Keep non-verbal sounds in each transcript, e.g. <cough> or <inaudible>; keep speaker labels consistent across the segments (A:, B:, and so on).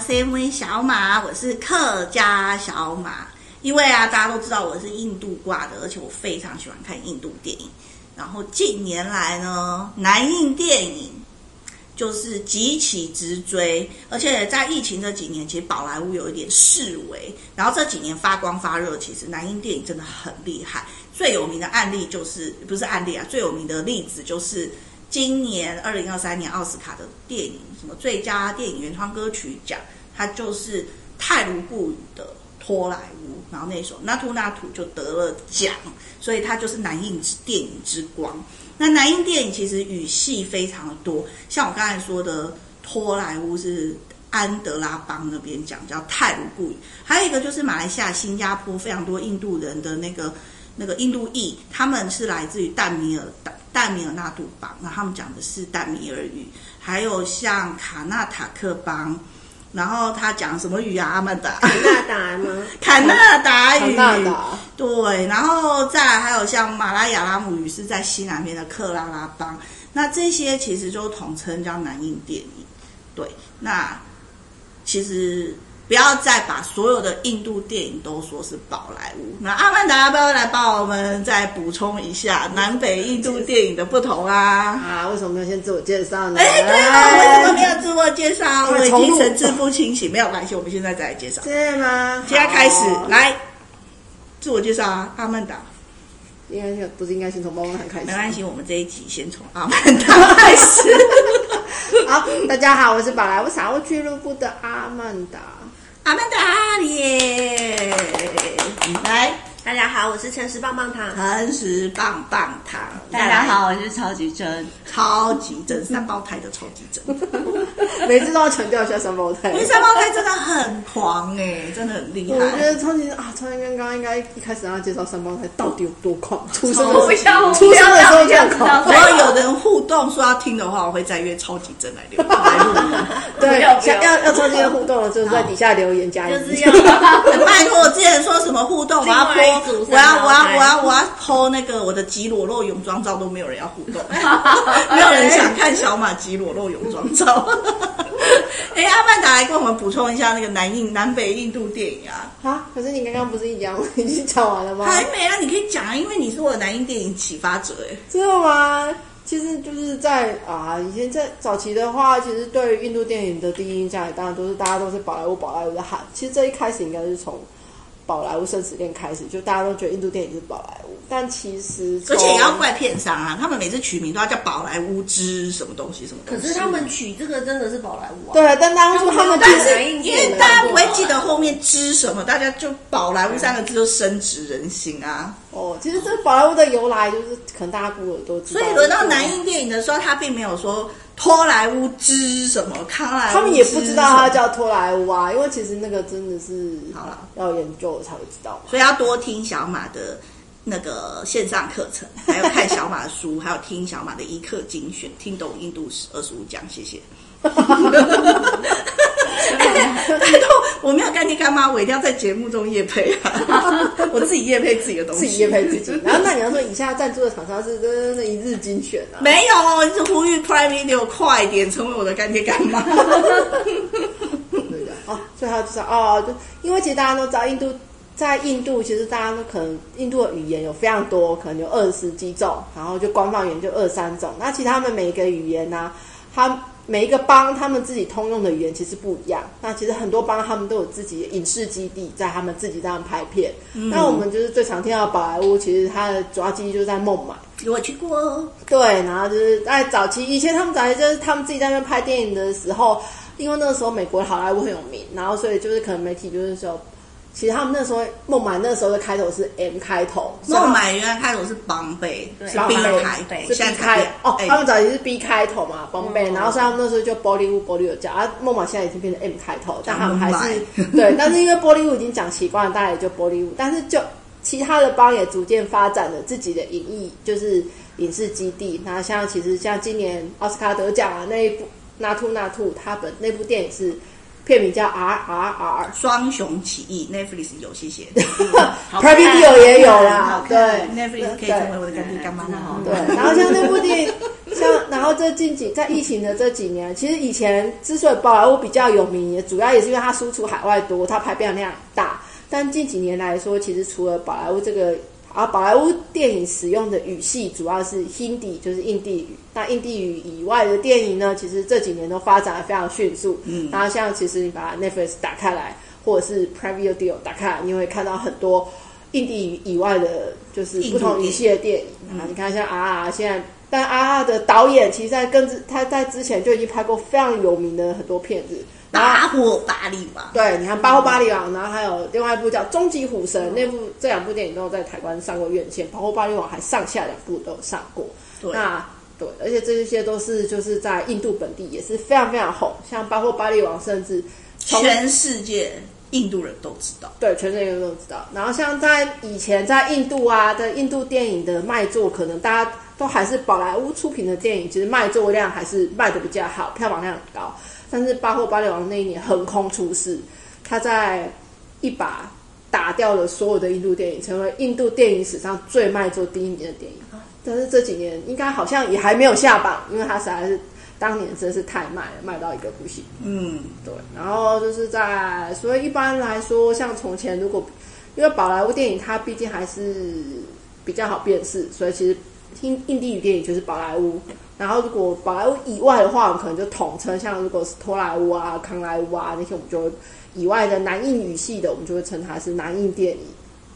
A: CV 小马，我是客家小马。因为啊，大家都知道我是印度挂的，而且我非常喜欢看印度电影。然后近年来呢，南印电影就是急起直追，而且在疫情这几年，其实宝莱坞有一点式微。然后这几年发光发热，其实南印电影真的很厉害。最有名的案例就是不是案例啊，最有名的例子就是今年二零二三年奥斯卡的电影什么最佳电影原创歌曲奖，它就是泰卢固语的《托莱坞》，然后那首《那图那图》就得了奖，所以它就是南印之电影之光。那南印电影其实语系非常的多，像我刚才说的《托莱坞》是安德拉邦那边讲叫泰卢固语，还有一个就是马来西亚、新加坡非常多印度人的那个。那个印度裔，他们是来自于淡米尔淡淡米尔纳杜邦，那他们讲的是淡米尔语，还有像卡纳塔克邦，然后他讲什么语啊？阿曼 <laughs> 达，
B: 肯纳达
A: <laughs>
B: 吗？
A: 坎纳达
C: 长
A: 语，
C: 大的，
A: 对，然后再来还有像马拉雅拉姆语是在西南边的克拉拉邦，那这些其实就统称叫南印电影。对，那其实不要再把所有的印度电影都说是宝莱坞。那阿曼达要不要来帮我们再补充一下南北印度电影的不同啊？
C: 啊，为什么没有先自我介绍呢？
A: 哎，对啊，为什么没有自我介绍？我
C: 快
A: 已
C: 哎重
A: 经
C: 录
A: 神志不清醒，没有关系，我们现在再来介绍。
C: 真的吗？
A: 现在啊开始
C: 好，
A: 来自我介绍啊，阿曼达。
C: 应该是不是应该先从猫猫谈开始？
A: 没关系，我们这一集先从阿曼达开始。
C: <laughs> 好，大家好，我是宝莱坞傻物俱乐部的阿曼达。
A: 阿曼达耶，来，
B: 大家好，我是诚实棒棒糖。
A: 诚实棒棒糖。
D: 大
A: 再来
D: 家，好，我是超级真。
A: 超级正三胞胎的超级正，
C: 每次都要强调一下双胞胎
A: 因。为三胞胎真的很狂哎、真的很厉
C: 我觉
A: 害。
C: 得超级啊，超级刚刚应该一开始让他介绍三胞胎到底有多狂，出生的
A: 我不
C: 时候出生的时候就很狂，
A: 如果有人互动说要听的话，我会再约超级正来聊。 <laughs>
C: 对，
D: 要不
C: 想
D: 要
C: 要要超级的互动的时候，在底下留言加一，
B: 就是要
C: <laughs>
A: <laughs> 拜托，我之前说什么互动，我要
B: 另外一
A: 泼，
B: 组
A: 我要
B: 三胞
A: 我要
B: 胎
A: 我要我要泼那个我的极裸露泳装照，都没有人要互动， <laughs> 没有人想看小马极裸露泳装照。 <laughs> 哎、阿曼达来跟我们补充一下那个南印南北印度电影啊，
C: 啊！可是你刚刚不是已讲已经讲完
B: 哦
C: 了吗？
A: 还没啊，你可以讲啊，因为你是我的南印电影启发者
B: 哦
A: 哎、
C: 知道吗？其实就是在啊，以前在早期的话，其实对于印度电影的第一印象，也当然都是大家都是宝莱坞、宝莱坞的喊。其实这一开始应该是从宝莱坞生死恋开始，就大家都觉得印度电影是宝莱坞，但其实
A: 而且也要
C: 从
A: 怪片商啊，他们每次取名都要叫宝莱坞之什么东西什么东
B: 可
A: 西。
B: 是他们取这个真的是宝莱坞啊。
C: 对，但当初他们
B: 但
C: 就是是
A: 因为大家不会记得后面“之”什么，大家就“宝莱坞”三个字就深植人心啊。
C: 哦，其实这宝莱坞的由来就是可能大家不都知道，
A: 所以轮到
C: 就是
A: 南印电影的时候，他并没有说托莱乌之什么康莱乌之什么，
C: 他们也不知道它叫托莱坞啊，因为其实那个真的是
A: 好了，
C: 要研究才会知道嘛。
A: 所以要多听小马的那个线上课程，还有看小马的书，还有听小马的一课精选，听懂印度史二十五讲，谢谢。拜托，我没有干爹干妈，我一定要在节目中夜配啊！我自己夜配自己的东西，
C: 自己也配自己，然后那你要说以下赞助的厂商是真的是一日精选啊，
A: 没有哦，就呼吁 Prime Video 快点成为我的干爹干妈。
C: 对的哦，所以他就是哦，就因为其实大家都知道印度。在印度，其实大家都可能印度的语言有非常多，可能有二十几种，然后就官方语言就二三种。那其实他们每一个语言呢、他每一个邦他们自己通用的语言其实不一样。那其实很多邦他们都有自己的影视基地，在他们自己这样拍片。那我们就是最常听到的宝莱坞，其实它的主要基地就是在孟买。
A: 我去过哦，
C: 对，然后就是在早期，以前他们早期就是他们自己在那边拍电影的时候，因为那个时候美国好莱坞很有名，然后所以就是可能媒体就是说，其实他们那时候孟买那时候的开头是 M 开头，所以啊他
A: 孟
C: 们
A: 买原来开头是邦贝，是 B
C: 邦贝
A: 开
D: 对
A: 头，
C: 是
A: 现
C: B
A: 在才
C: 开
A: 变
C: 哦，
A: 哎哦
C: 他们早期是 B 开头嘛，邦贝，然后所以他们那时候就玻璃屋、玻璃有讲，啊，孟买现在已经变成 M 开头，但他们还是
A: 孟买
C: 对，但是因为玻璃屋已经讲习惯了，大家也就玻璃屋，但是就其他的邦也逐渐发展了自己的影艺，就是影视基地。那像其实像今年奥斯卡得奖啊那一部《那兔那兔》，他本那部电影是片名叫 R R R，
A: 双雄起义，Netflix 有谢
C: <laughs>
A: 谢。
C: p r e v i d e o 也有啦
D: 好，
C: 对
D: 看
A: Netflix 可以成为我的干爹干妈了哈。
C: 对，然后像那部电影，像然后这近几在疫情的这几年，其实以前之所以宝莱坞比较有名，也主要也是因为它输出海外多，它排片量大。但近几年来说，其实除了宝莱坞这个啊，宝莱坞电影使用的语系主要是 Hindi，就是印地语。那印地语以外的电影呢，其实这几年都发展的非常迅速。嗯，然后像其实你把 Netflix 打开来，或者是 Prime Video Deal 打开来，你会看到很多印地语以外的，就是不同语系的电影。啊，你看像啊，现在。但阿阿的导演其实在跟之他在之前就已经拍过非常有名的很多片子，然后
A: 巴霍巴利嘛，
C: 对，你看《巴霍巴利王》，然后还有另外一部叫《终极虎神》，那部这两部电影都有在台湾上过院线，《巴霍巴利王》还上下两部都有上过。
A: 对
C: 那对，而且这些都是就是在印度本地也是非常非常红，像《巴霍巴利王》甚至从
A: 全世界印度人都知道。
C: 对，全世界都知道。然后像在以前在印度啊，在印度电影的卖座，可能大家都还是宝莱坞出品的电影，其实卖座量还是卖的比较好，票房量很高。但是《巴霍巴利王》那一年横空出世，他在一把打掉了所有的印度电影，成为印度电影史上最卖座第一名的电影。但是这几年应该好像也还没有下榜，因为它实在是当年真是太卖了，卖到一个不行。
A: 嗯，
C: 对，然后就是在，所以一般来说，像从前如果因为宝莱坞电影它毕竟还是比较好辨识，所以其实印印地语电影就是宝莱坞。然后如果宝莱坞以外的话，我们可能就统称，像如果是托莱坞啊、康莱坞啊那些，我们就会以外的南印语系的，我们就会称它是南印电影。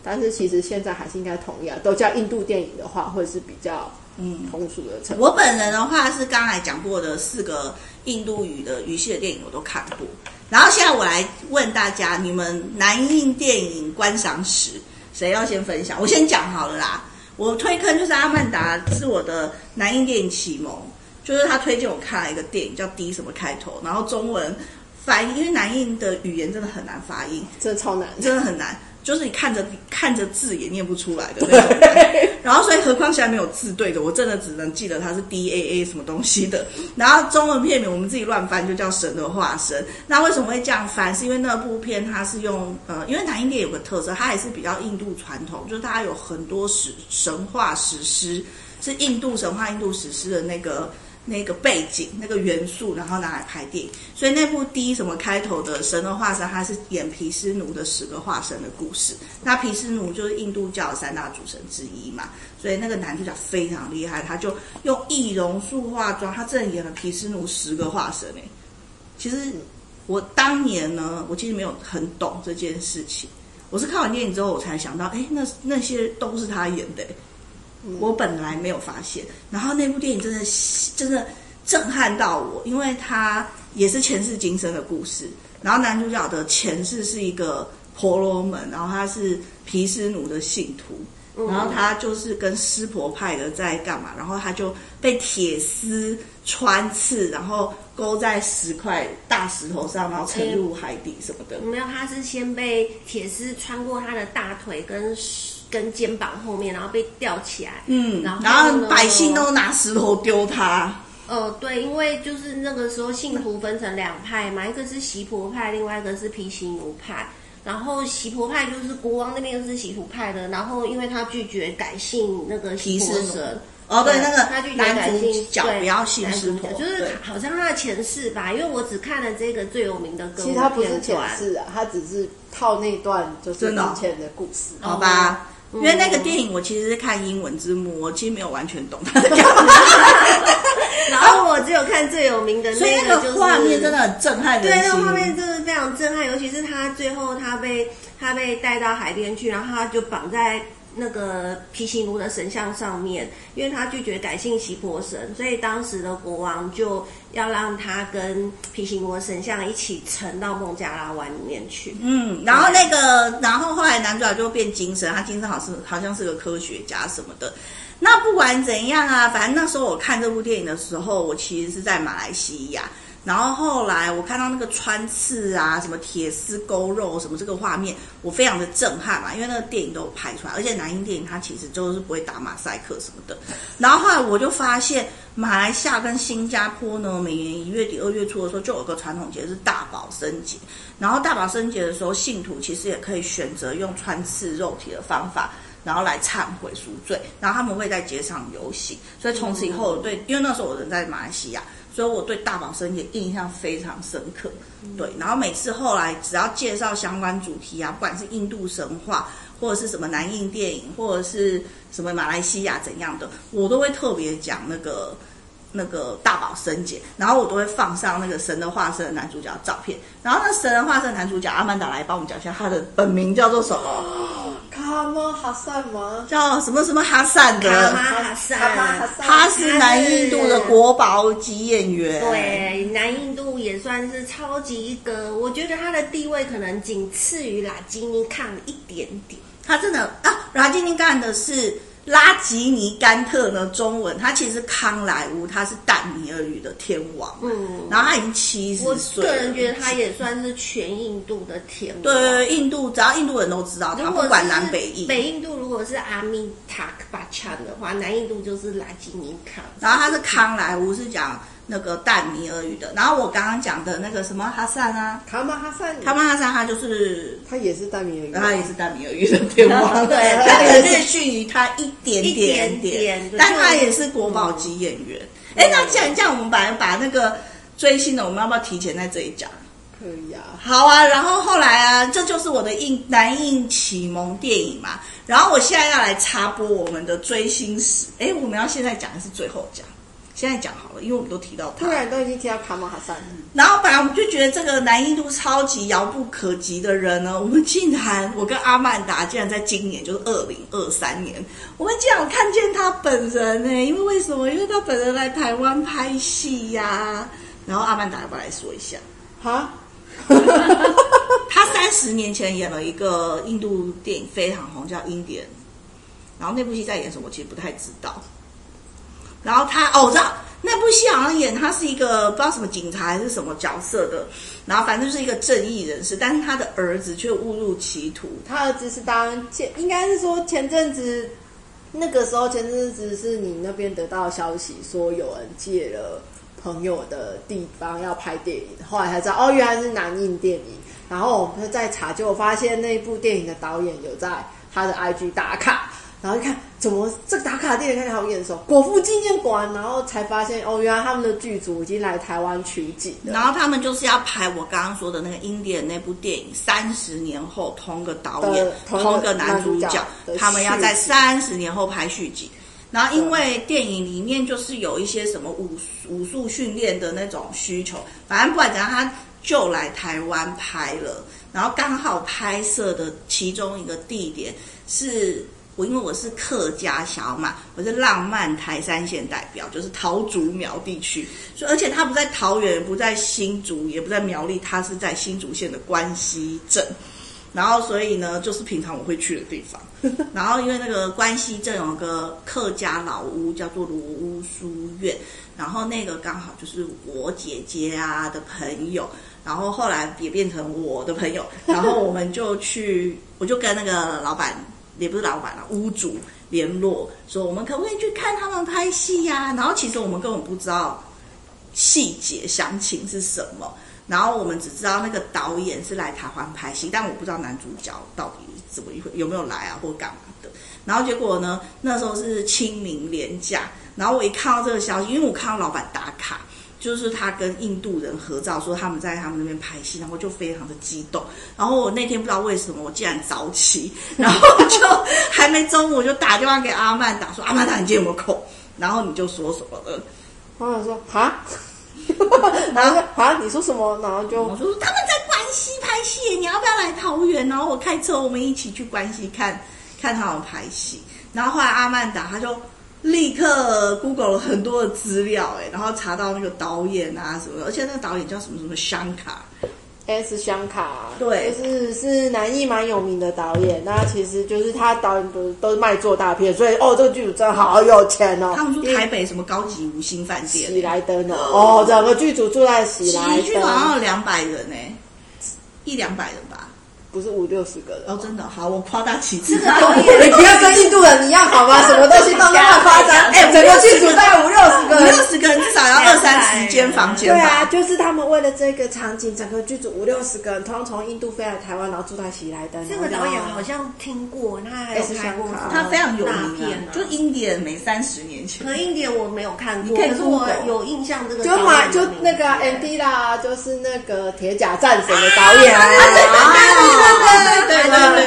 C: 但是其实现在还是应该统一啊，都叫印度电影的话，会是比较嗯通俗的称呼。
A: 我本人的话是刚才讲过的四个印度语的语系的电影我都看过，然后现在我来问大家，你们南印电影观赏史谁要先分享？我先讲好了啦，我推坑就是阿曼达是我的南印电影启蒙，就是他推荐我看了一个电影叫《D 什么开头》，然后中文翻译，因为南印的语言真的很难发音，
C: 真的超难，
A: 真的很难，就是你看着看着字也念不出来的那种感觉。然后所以何况现在没有字对的，我真的只能记得它是 D A A 什么东西的。 <laughs> 然后中文片名我们自己乱翻，就叫《神的化身》。那为什么会这样翻？是因为那部片它是用呃，因为南印度有个特色，它还是比较印度传统，就是它有很多史神话史诗，是印度神话、印度史诗的那个。那个背景、那个元素，然后拿来拍电影。所以那部第一什么开头的神的化身，它是演毗湿奴的十个化身的故事。那毗湿奴就是印度教的三大主神之一嘛，所以那个男主角非常厉害，他就用易容术化妆，他真的演了毗湿奴十个化身欸诶、其实我当年呢，我其实没有很懂这件事情，我是看完电影之后我才想到，哎，那那些都是他演的诶、我本来没有发现，然后那部电影真的真的震撼到我，因为它也是前世今生的故事。然后男主角的前世是一个婆罗门，然后他是毗湿奴的信徒，然后他就是跟湿婆派的在干嘛，然后他就被铁丝穿刺，然后勾在石块大石头上，然后沉入海底什么的。
B: 没有，他是先被铁丝穿过他的大腿跟跟肩膀后面，然后被吊起来。
A: 嗯，
B: 然后
A: 然后
B: 呢
A: 百姓都拿石头丢他。
B: 呃，对，因为就是那个时候信徒分成两派嘛，一个是锡婆派，另外一个是毗湿奴派。然后锡婆派就是国王那边是锡徒派的，然后因为他拒绝改信那个锡
A: 毗湿
B: 婆
A: 奴
B: 神，
A: 哦，对，那
B: 他
A: 个
B: 拒绝改
A: 男主
B: 信
A: 角
B: 对
A: 不要信
B: 男
A: 师
B: 主
A: 婆
B: 角，，就是
A: 对
B: 好像他的前世吧，因为我只看了这个最有名的歌舞
C: 其
B: 片
C: 实它
B: 段，
C: 不是前世啊，它只是套那段就是
A: 真的哦哦
C: 之前的故事。
A: 好
B: 哦
A: 吧。
B: 嗯
A: 因为那个电影我其实是看英文字幕，我其实没有完全懂他在干
B: <laughs>
A: 嘛，
B: <laughs> 然后我只有看最有名的
A: 所以
B: 那
A: 那
B: 就是
A: 个画面真的很震撼人
B: 对，
A: 心。
B: 那个画面真的非常震撼，尤其是他最后他被他被带到海边去，然后他就绑在那个毗湿奴的神像上面，因为他拒绝改信锡婆神，所以当时的国王就要让他跟毗湿奴的神像一起沉到孟加拉湾里面去。
A: 嗯，然后那个，然后后来男主角就变精神，他精神好像是好像是个科学家什么的。那不管怎样啊，反正那时候我看这部电影的时候，我其实是在马来西亚。然后后来我看到那个穿刺啊，什么铁丝勾肉什么这个画面，我非常的震撼嘛，因为那个电影都有拍出来，而且南英电影它其实就是不会打马赛克什么的。然后后来我就发现，马来西亚跟新加坡呢，每年一月底二月初的时候，就有个传统节是大宝生节。然后大宝生节的时候，信徒其实也可以选择用穿刺肉体的方法然后来忏悔赎罪，然后他们会在街上游行。所以从此以后，我对，因为那时候我人在马来西亚，所以我对大堡生也印象非常深刻。对，然后每次后来只要介绍相关主题啊，不管是印度神话，或者是什么南印电影，或者是什么马来西亚怎样的，我都会特别讲那个那个大宝生姐，然后我都会放上那个神的化身的男主角的照片，然后那神的化身的男主角阿曼达来帮我们讲一下他的本名叫做什么，
C: 卡玛哈萨吗？
A: 叫什么什么哈善
B: 卡
A: 德
B: 玛，哈萨，
C: 卡玛哈萨
A: 他是南印度的国宝级演员，，
B: 对，南印度也算是超级一个，我觉得他的地位可能仅次于拉基尼抗一点点。
A: 他真的啊，拉基尼干的是拉吉尼甘特呢，中文他其实康莱乌，他是淡米尔语的天王，
B: 嗯，
A: 然后他已经七
B: 我
A: 十岁了，
B: 个人觉得他也算是全印度的天王。
A: 对对，对印度只要印度人都知道他，
B: 如
A: 不
B: 果
A: 管
B: 是
A: 南北印。
B: 北印度如果是阿米塔克巴恰的话，南印度就是拉基尼康。
A: 然后他是康莱乌，是讲那个淡米尔语的。然后我刚刚讲的那个什么哈萨啊，
C: 卡玛哈萨，
A: 他们哈萨他啊就是。
C: 他也是大米尔语，
A: 他也是淡米尔语的天王，<laughs>
B: <laughs> 对
A: 他只略逊于他一点
B: 一
A: 点
B: 点点对嗯
A: 但
B: 就
A: 他也是国宝级演员。哎，那既然这样，我们把把那个追星的，我们要不要提前在这里讲？
C: 可以啊。
A: 好啊，然后后来啊，这就是我的印南印启蒙电影嘛。然后我现在要来插播我们的追星史。哎，我们要现在讲还是最后讲？现在讲好了，因为我们都提到
C: 突
A: 他。
B: 啊
C: 然都已经提到卡玛哈萨，
A: 然后本来我们就觉得这个南印度超级遥不可及的人哦呢，我们竟然，我跟阿曼达竟然在今年，就是二零二三年，我们竟然有看见他本人呢、因为为什么？因为他本人来台湾拍戏呀、然后阿曼达要不要来说一下？
C: 哈，
A: 他三十年前演了一个印度电影非常红，叫《Indian》，然后那部戏在演什么，我其实不太知道。然后他哦，我知道那部戏好像演他是一个不知道什么警察还是什么角色的，然后反正就是一个正义人士，但是他的儿子却误入歧途。
C: 他儿子是当前，应该是说前阵子那个时候，前阵子是你那边得到消息说有人借了朋友的地方要拍电影，后来才知道哦，原来是南印电影。然后我们就在查，结果发现那部电影的导演有在他的 IG 打卡，然后一看怎么这个打卡电影看起来好眼熟，国父纪念馆，然后才发现哦，原来他们的剧组已经来台湾取景了。
A: 然后他们就是要拍我刚刚说的那个《英典》那部电影，三十年后同个导演
C: 的、同个
A: 同个男主
C: 男主
A: 角
C: 角的，
A: 他们要在
C: 续集
A: 三十年后拍续集。然后因为电影里面就是有一些什么武武术训练的那种需求，反正不管怎样，他就来台湾拍了。然后刚好拍摄的其中一个地点是我因为我是客家小马，我是浪漫台山县代表，就是桃竹苗地区，所以而且它不在桃园，不在新竹，也不在苗栗，它是在新竹县的关西镇。然后所以呢，就是平常我会去的地方。 <laughs> 然后因为那个关西镇有个客家老屋叫做罗屋书院，然后那个刚好就是我姐姐啊的朋友，然后后来也变成我的朋友，然后我们就去，我就跟那个老板也不是老板了、屋主联络，说我们可不可以去看他们拍戏呀、然后其实我们根本不知道细节详情是什么，然后我们只知道那个导演是来台湾拍戏，但我不知道男主角到底怎么一回有没有来啊，或干嘛的。然后结果呢，那时候是清明连假，然后我一看到这个消息，因为我看到老板打卡。就是他跟印度人合照，说他们在他们那边拍戏，然后就非常的激动。然后我那天不知道为什么，我竟然早起， <laughs> 然后就还没中午我就打电话给阿曼达说：“阿曼达，你今天有没有空？”然后你就说什么了？
C: 然后我说哈， <laughs> 然后说哈， <laughs> 你说什么？然后就
A: 我说他们在关西拍戏，你要不要来桃园？然后我开车，我们一起去关西看看他们拍戏。然后后来阿曼达他就立刻 Google 了很多的资料、哎，然后查到那个导演啊什么的，而且那个导演叫什么什么香卡，
C: S 香卡，
A: 对
C: 就是是南艺蛮有名的导演，那其实就是他导演都都是卖座大片，所以哦，这个剧组真的好有钱哦。
A: 他们说台北什么高级五星饭店、
C: 喜来登哦，哦，整个剧组住在喜来啊
A: 喜剧好像
C: 登，
A: 有两百人呢、一两百人吧。
C: 不是五六十个人。
A: 哦，真的好，我夸大其词。啊
C: 你不要跟印度人一样好 <laughs> 吗？什么东西都乱夸张，哎、整个剧组大概五六十个
A: 五
C: 人
A: 六。十个人至少要二三十间房间
C: 对
A: 吧？
C: 啊，就是他们为了这个场景，整个剧组五六十个人，通通从印度飞来台湾，然后住到喜来登。
B: 这个
C: 然
B: 导
C: 后
B: 演好像听过，他还有拍过
C: 哎是香港
A: 他非常有
B: 大
A: 名
B: 片
A: 啊，就英典每三十年前
B: 可。能一点我没有看
A: 你
B: 过，
A: 可以
B: 是我
A: Google
B: 有印象这个
C: 就
B: 导
C: 马
B: 演
C: 就
B: 的名字
C: 那个 MD 啦，就是那个《铁甲战神》的导演啊，
A: 对对对对对
C: 对
B: 反正看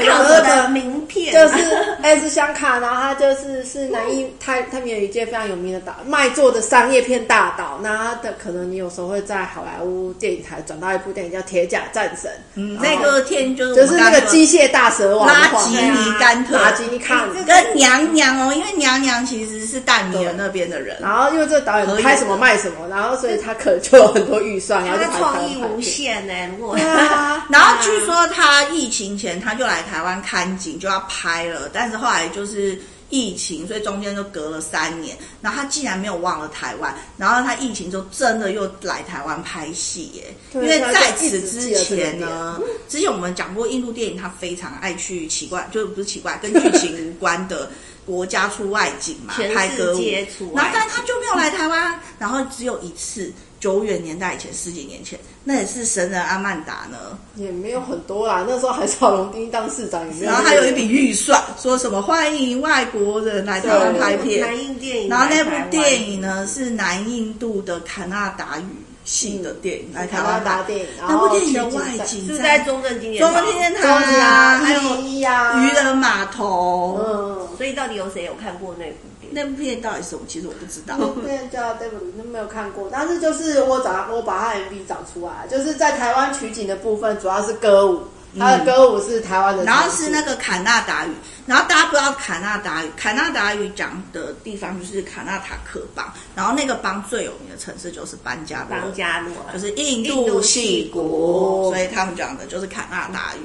B: 我
C: 对
B: 的名片，
C: 就是 S 香卡，然后他就是是南印泰泰米尔语界非常有名的导卖座的商业片大导，那他的可能你有时候会在好莱坞电影台转到一部电影叫《铁甲战神》，
A: 嗯那个天就是
C: 就
A: 我
C: 是
A: 们
C: 那
A: 刚
C: 个
A: 刚说
C: 机械大蛇王
A: 拉
C: 黄
A: 吉
C: 的
A: 尼甘特，
C: 拉吉尼卡姆。
A: 跟娘娘哦，因为娘娘其实是大女儿那边的人，
C: 然后因为这个导演拍什么卖什么，然后所以他可能就有很多预算，然后就
B: 他的
C: 拍
B: 创意无。限呢、如果 <laughs> 啊，
A: 然后
C: 嗯
A: 据说他疫情前他就来台湾看景，就要拍了，但是后来就是疫情，所以中间就隔了三年。然后他竟然没有忘了台湾，然后他疫情就真的又来台湾拍戏耶。因为
C: 对啊他就
A: 在
C: 一
A: 此
C: 直
A: 之
C: 记得这个
A: 前呢，之前我们讲过印度电影，他非常爱去奇怪，就是不是奇怪，跟剧情无关的国家出外景嘛
B: 全，世
A: 拍歌舞
B: 界出，外
A: 然后但他就没有来台湾，然后只有一次。久远年代以前，十几年前，那也是神人阿曼达呢，
C: <laughs> 也没有很多啦，那时候还是郝龙斌当市长，也没有。
A: 然后还有一笔预算，说什么欢迎外国人来台湾拍
B: 南
A: 片。
B: 印电影，
A: 然后那部电影？呢是南印度的卡纳达语系的电影，来台湾
C: 卡纳达
A: 拍
C: 电影
A: 那部电影的
C: 然后
A: 外
C: 取
A: 景
B: 是在
A: 在
B: 中正纪念
A: 中
B: 堂
A: 央纪念
C: 中
A: 堂
C: 央
A: 啊，
C: 啊，
A: 还有
C: 一啊，
A: 渔人码头。
C: 嗯，
B: 所以到底有谁有看过那部电影？
A: 那部片到底是什么？其实我不知 <laughs> 道。
C: 那片叫 Devil，都没有看过，但是就是我找我把他 MV 找出来，就是在台湾取景的部分，主要是歌舞，他的歌舞是台湾的，
A: 嗯然后是那个卡纳达语，然后大家不知道卡纳达语，卡纳达语讲的地方就是卡纳塔克邦，然后那个邦最有名的城市就是班加罗。
B: 邦加罗啊，
A: 就是印度系国，所以他们讲的就是卡纳达语。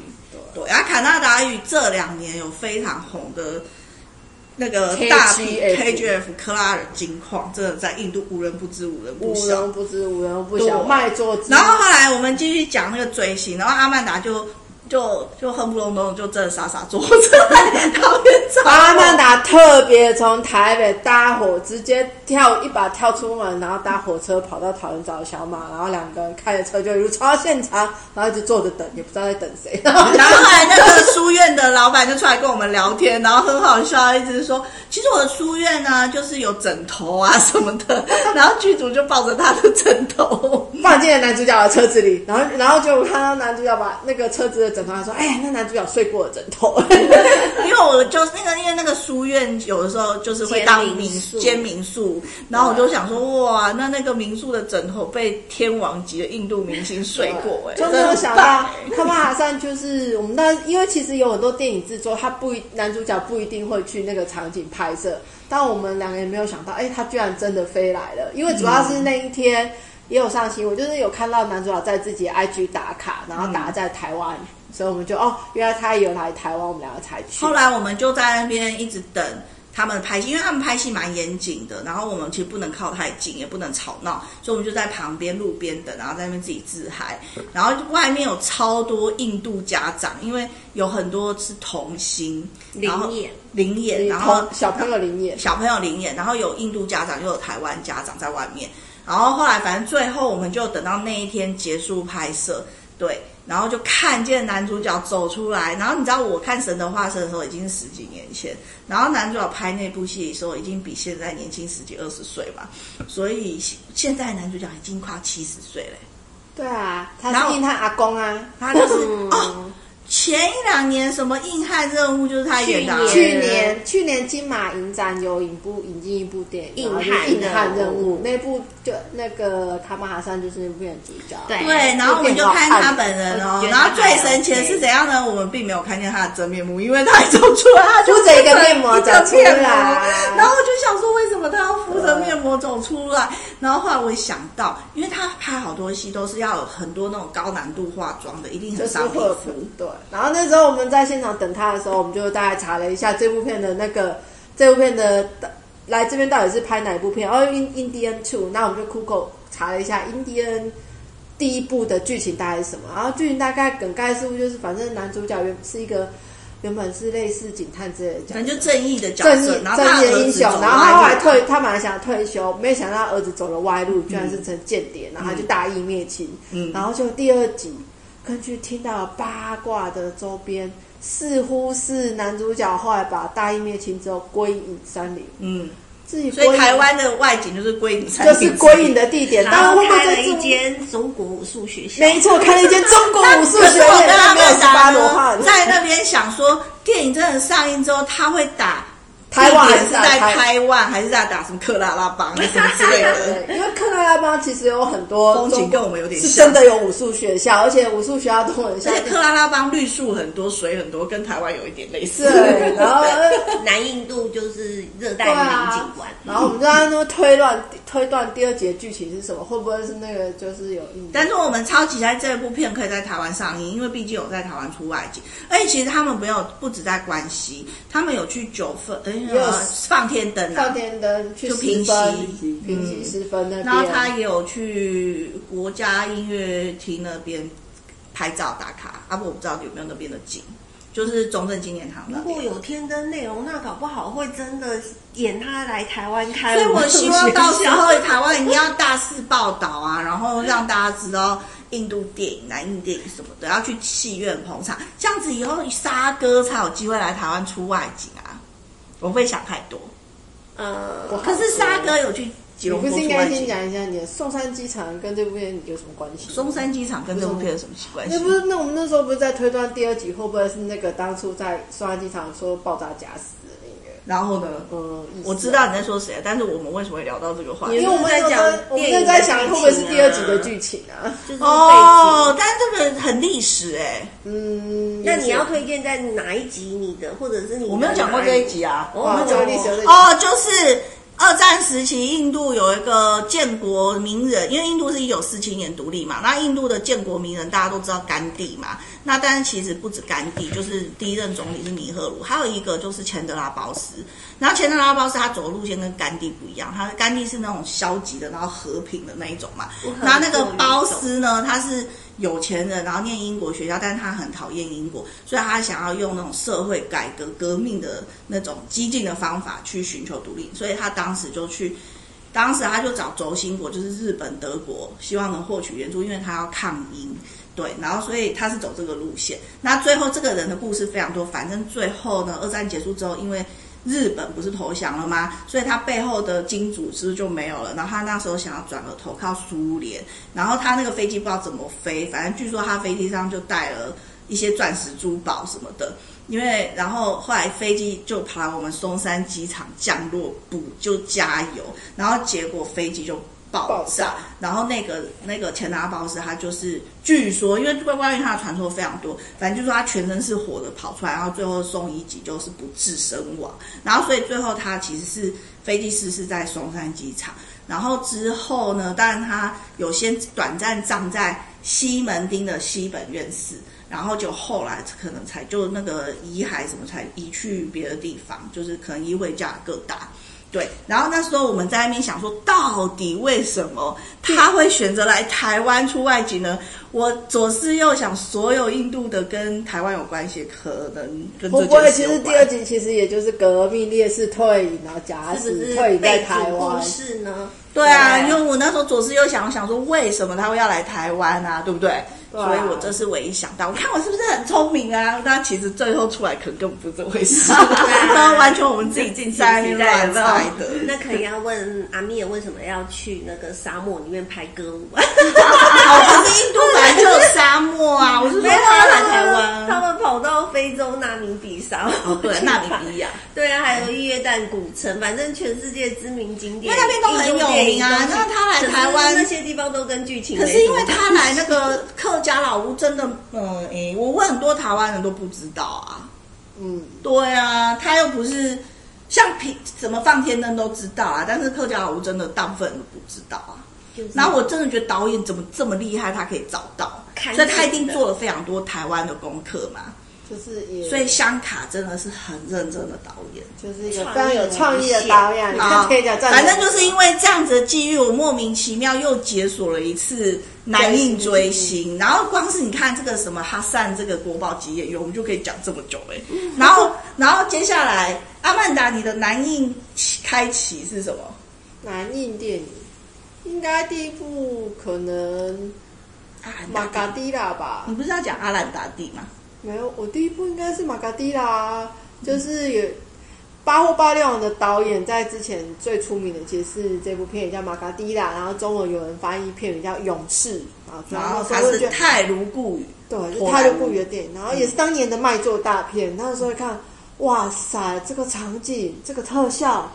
A: 对，然后卡纳达语这两年有非常红的那个大批
C: KGF
A: KGF 克拉尔金矿，真的在印度无人不知，无人不
C: 无
A: 晓
C: 人。不知，无人不晓，
A: 对
C: 卖座之。
A: 然后后来我们继续讲那个追星，然后阿曼达就就就恨不隆咚就真的傻傻坐 <laughs> 在旁边找我
C: 阿曼达特别从台北搭火，直接跳一把跳出门，然后搭火车跑到桃园找小马，然后两个人开着车就一路冲到现场，然后就坐着等，也不知道在等谁。然
A: <laughs>
C: 后 <laughs>
A: 然后后来那个书院的老板就出来跟我们聊天，然后很好笑，一直说其实我的书院呢就是有枕头啊什么的，然后剧组就抱着他的枕
C: <laughs>
A: 头。
C: 放进了男主角的车子里，然后然后就看到男主角把那个车子的枕头，他说：“哎，那男主角睡过的枕
A: <laughs>
C: 头。
A: 因为我就那个，因为那个书院有的时候就是会当
B: 兼民
A: 民
B: 宿
A: 兼民宿，然后我
C: 啊
A: 就想说，哇，那那个民宿的枕头被天王级的印度明星睡过、哎，
C: <laughs> 啊就
A: 真
C: 没
A: 的
C: 有
A: 很
C: 想
A: 棒
C: 到他们好像就是我们那，因为其实有很多电影制作，他不一男主角不一定会去那个场景拍摄，但我们两个也没有想到，哎，他居然真的飞来了，因为主要是那一天。也有上新闻，就是有看到男主角在自己的 IG 打卡，然后
A: 嗯
C: 打在台湾，所以我们就哦，原来他也有来台湾，我们两个才去
A: 后。来我们就在那边一直等他们拍戏，因为他们拍戏蛮严谨的，然后我们其实不能靠太近，也不能吵闹，所以我们就在旁边路边等，然后在那边自己自嗨。然后外面有超多印度家长，因为有很多是童星，然后
B: 灵眼
A: 灵眼，
C: 你
A: 然后
C: 同小朋友领演，
A: 小朋友领演，然后有印度家长，又有台湾家长在外面。然后后来，反正最后我们就等到那一天结束拍摄，对，然后就看见男主角走出来。然后你知道我看《神的化身》的时候已经是十几年前，然后男主角拍那部戏的时候已经比现在年轻十几二十岁嘛，所以现在男主角已经快七十岁了。
C: 对啊，
A: 然
C: 他
A: 后
C: 是应他阿公啊，
A: 他就是
B: 嗯
A: 哦，前一两年什么硬汉任务就是他演的啊、
B: 去
C: 去年去年金马影展有引部引进一部电影，
B: 硬
C: 然后就
B: 汉
C: 是硬汉
B: 任
C: 任
B: 务
C: 务那部就那个卡马哈桑就是那部片的主角，
B: 对
A: 对，然后我们就看他本人哦
B: 我觉。得
A: 然后最神奇的是怎样呢？我们并没有看见他的真面目，因为他也走出来，他就
C: 敷着一个面膜
A: 一个
C: 走出
A: 面膜
C: 来
A: 然后我就想说，为什么他要敷着面膜走出来？然后后来我想到，因为他拍好多戏都是要有很多那种高难度化妆的，一定
C: 就
A: 很
C: 是
A: 伤皮
C: 赫
A: 肤。
C: 夫对。然后那时候我们在现场等他的时候，我们就大概查了一下这部片的那个这部片的来这边到底是拍哪一部片？哦，《In Indian Two》，那我们就 Google 查了一下《Indian 第一部的剧情大概是什么，然后剧情大概梗概似乎就是，反正男主角原是一个原本是类似警探之类的角色，
A: 反正就正义的角
C: 正义
A: 色，然后他
C: 正义的
A: 儿
C: 英
A: 子
C: 雄，
A: 走
C: 然后他后来
A: 歪路
C: 退，他本来想退休，没想到他儿子走了歪路，居然是成间谍，然后他就大义灭亲。
A: 嗯
C: 然后就第二集，根据听到八卦的周边，似乎是男主角后来把大义灭亲之后归隐山林，
A: 嗯，
C: 自己
A: 所以
C: 归
A: 台
C: 隐
A: 湾的外景就是归隐山
C: 就
A: 林，
C: 是归隐的地点，
B: 然
C: 当
B: 后
C: 然
B: 开
C: 会
B: 了
C: 被
B: 一间中国武术学校，
C: 没错，开了一间中国武术
A: 可
C: 学
A: <laughs> 是我
C: 院，
A: 跟他
C: 但没有
A: 们
C: 十八
A: 打
C: 罗
A: 呢
C: 汉，，
A: 在那边想说，电影真的上映之后，他会打
C: 台湾
A: 地
C: 还
A: 点
C: 是
A: 是
C: 在
A: 在
C: 台
A: 台湾，还是在打什么克拉拉邦什么之类的？
C: 对，因为克拉拉邦其实有很多
A: 风景
C: 中国
A: 跟我们有点
C: 是
A: 像
C: 真的有武术学校，而且武术学校都很
A: 而 <laughs>
C: 像
A: 且。克拉拉邦绿树很多，水很多，跟台湾有一点类似。
C: 对，然后呃
B: 南印度就是热带
C: 对
B: 雨林
C: 啊
B: 景观，，
C: 然后我们就在那边推断推断第二节剧情是什么，会不会是那个就是有印度？
A: 但是我们超级在这部片可以在台湾上映，因为毕竟有在台湾出外景，而且其实他们没有不止在关西，他们有去九份，哎、
C: 有
A: 呃，放天灯
C: 上
A: 啊，
C: 天灯去
A: 就
C: 十
A: 平
C: 分
A: 息，
C: 平息十分那边，啊
A: 然后他也有去国家音乐厅那边拍照打卡，啊不，我不知道有没有那边的景，就是中正纪念堂那
B: 如
A: 边
B: 果。有天灯内容，那搞不好会真的演他来台湾开。
A: 所以我希望到时候台湾一定要大肆报道啊，然后让大家知道印度电影、南印电影什么的，要去戏院捧场，这样子以后沙哥才有机会来台湾出外景啊。我会想太多，
B: 呃，
C: 我
A: 可是沙哥有去吉
C: 你
A: 隆
C: 不
A: 坡
C: 是应
A: 出
C: 该
A: 外
C: 先
A: 景，
C: 讲一下你的松山机场跟这部片有什么关系？
A: 松山机场跟这部片有什么关系
C: 那？不是，那我们那时候不是在推断第二集会不会是那个当初在松山机场说爆炸假死的那个？
A: 然后呢？
C: 嗯，意思
A: 我知道你在说谁，但是我们为什么会聊到这个话
C: 因
A: 题
C: 为？我们那时候
B: 你是在讲
C: 我们正在想会不会是第二集的
B: 电
C: 剧情啊？
B: 就是背景。
A: 哦，但这个很历史哎、
C: 嗯，
B: 那你要推荐在哪一集你的，或者是你
A: 我没有讲过这一集啊。
B: 哦
C: 哇，
B: 那
C: 这个
B: 种
C: 历史有点
A: 哦，就是二战时期，印度有一个建国名人，因为印度是一九四七年独立嘛，那印度的建国名人大家都知道甘地嘛，那但是其实不止甘地，就是第一任总理是尼赫鲁，还有一个就是钱德拉包斯。然后钱德拉包斯他走的路线跟甘地不一样，他甘地是那种消极的，然后和平的那一种嘛，
B: 很
A: 然后那个
B: 过于
A: 包
B: 走
A: 斯呢，他是有钱人，然后念英国学校，但是他很讨厌英国，所以他想要用那种社会改革、革命的那种激进的方法去寻求独立，所以他当时就去，当时他就找轴心国，就是日本、德国，希望能获取援助，因为他要抗英。对，然后所以他是走这个路线。那最后这个人的故事非常多，反正最后呢，二战结束之后，因为日本不是投降了吗？所以他背后的金主是不是就没有了？然后他那时候想要转而投靠苏联，然后他那个飞机不知道怎么飞，反正据说他飞机上就带了一些钻石珠宝什么的。因为然后后来飞机就爬我们松山机场降落补就加油，然后结果飞机就爆
C: 爆
A: 炸
C: 炸，
A: 然后那个那个钱达包斯他就是据说，因为关关于他的传说非常多，反正就说他全身是火的跑出来，然后最后送医急救是不治身亡，然后所以最后他其实是飞机失事在松山机场，然后之后呢，当然他有先短暂葬在西门町的西本院寺，然后就后来可能才就那个遗骸什么才移去别的地方，就是可能移回加尔各答。对，然后那时候我们在那边想说，到底为什么他会选择来台湾出外景呢？我左思右想，所有印度的跟台湾有关系，可能跟这
C: 会不会
A: 件事
C: 其
A: 有
C: 实
A: 关
C: 第二集其实也就是革命烈士退隐，然后假
B: 是不
C: 死
B: 是
C: 退隐在
B: 背景
C: 台
B: 故
C: 湾。
B: 事呢？
A: 对啊，因
B: 对
A: 为我那时候左思右想，我想说为什么他会要来台湾啊，对不对？
C: 对啊
A: 所以我这是唯一想到，我看我是不是很聪明啊？ <laughs> 那其实最后出来可能根本不是这回事， <laughs> 然后完全我们自己进去
B: 在
A: 乱猜的。
B: 哦那可能要问阿米尔为什么要去那个沙漠里面拍
A: <laughs>
B: 歌舞？啊
A: 哦，可是印度本来就有沙漠啊，我是说
B: 没有
A: 他
B: 啊
A: 来台
B: 他
A: 湾。
B: 们跑到非洲纳米比沙
A: 哦
B: 漠， <laughs>
A: 对，纳米比亚，
B: 对啊，还有约旦古城，反正全世界知名景
A: 因
B: 点，
A: 为那边都很有名啊
B: 印度电影都是
A: 那他来台湾
B: 可是那些地方都跟剧情没
A: 可
B: 什么
A: 是因为
B: 关系
A: 他来那个客家老屋，真的，嗯，诶、我问很多台湾人都不知道啊。
C: 嗯，
A: 对啊，他又不是像平什么放天灯都知道啊，但是客家老屋真的大部分人都不知道啊。
B: 就是
C: 嗯
A: 然后我真的觉得导演怎么这么厉害，他可以找到
B: 看，
A: 所以他一定
B: 见的
A: 做了非常多台湾的功课嘛。
C: 就是也
A: 所以香卡真的是很认真的导演。
C: 就是一个非常有创意的导哎演，你看可以讲，
A: 反正就是因为这样子的机遇，我莫名其妙又解锁了一次男硬追
C: 嗯
A: 星。然后光是你看这个什么哈散这个国宝级演员，我们就可以讲这么久哎、
C: 嗯
A: 然后，然后接下来阿曼达，你的男硬开启是什么？
C: 南印电影，应该第一部可能
A: 阿
C: 马
A: 兰达
C: 嘎
A: 蒂，
C: 迪拉吧
A: 你，不是要讲阿兰达蒂吗？
C: 没有，我第一部应该是马嘎迪拉，就是有八或八六的导演在之前最出名的其实是这部片也叫马嘎迪拉，然后中文有人翻译片名叫勇士啊，
A: 然
C: 然后
A: 后
C: 那
A: 他
C: 时候就是觉得
A: 泰卢固语，
C: 对，
A: 波
C: 就
A: 兰
C: 泰勒布的电影，然后也是当年的卖座大片，那时候看，哇塞，这个场景，这个特效，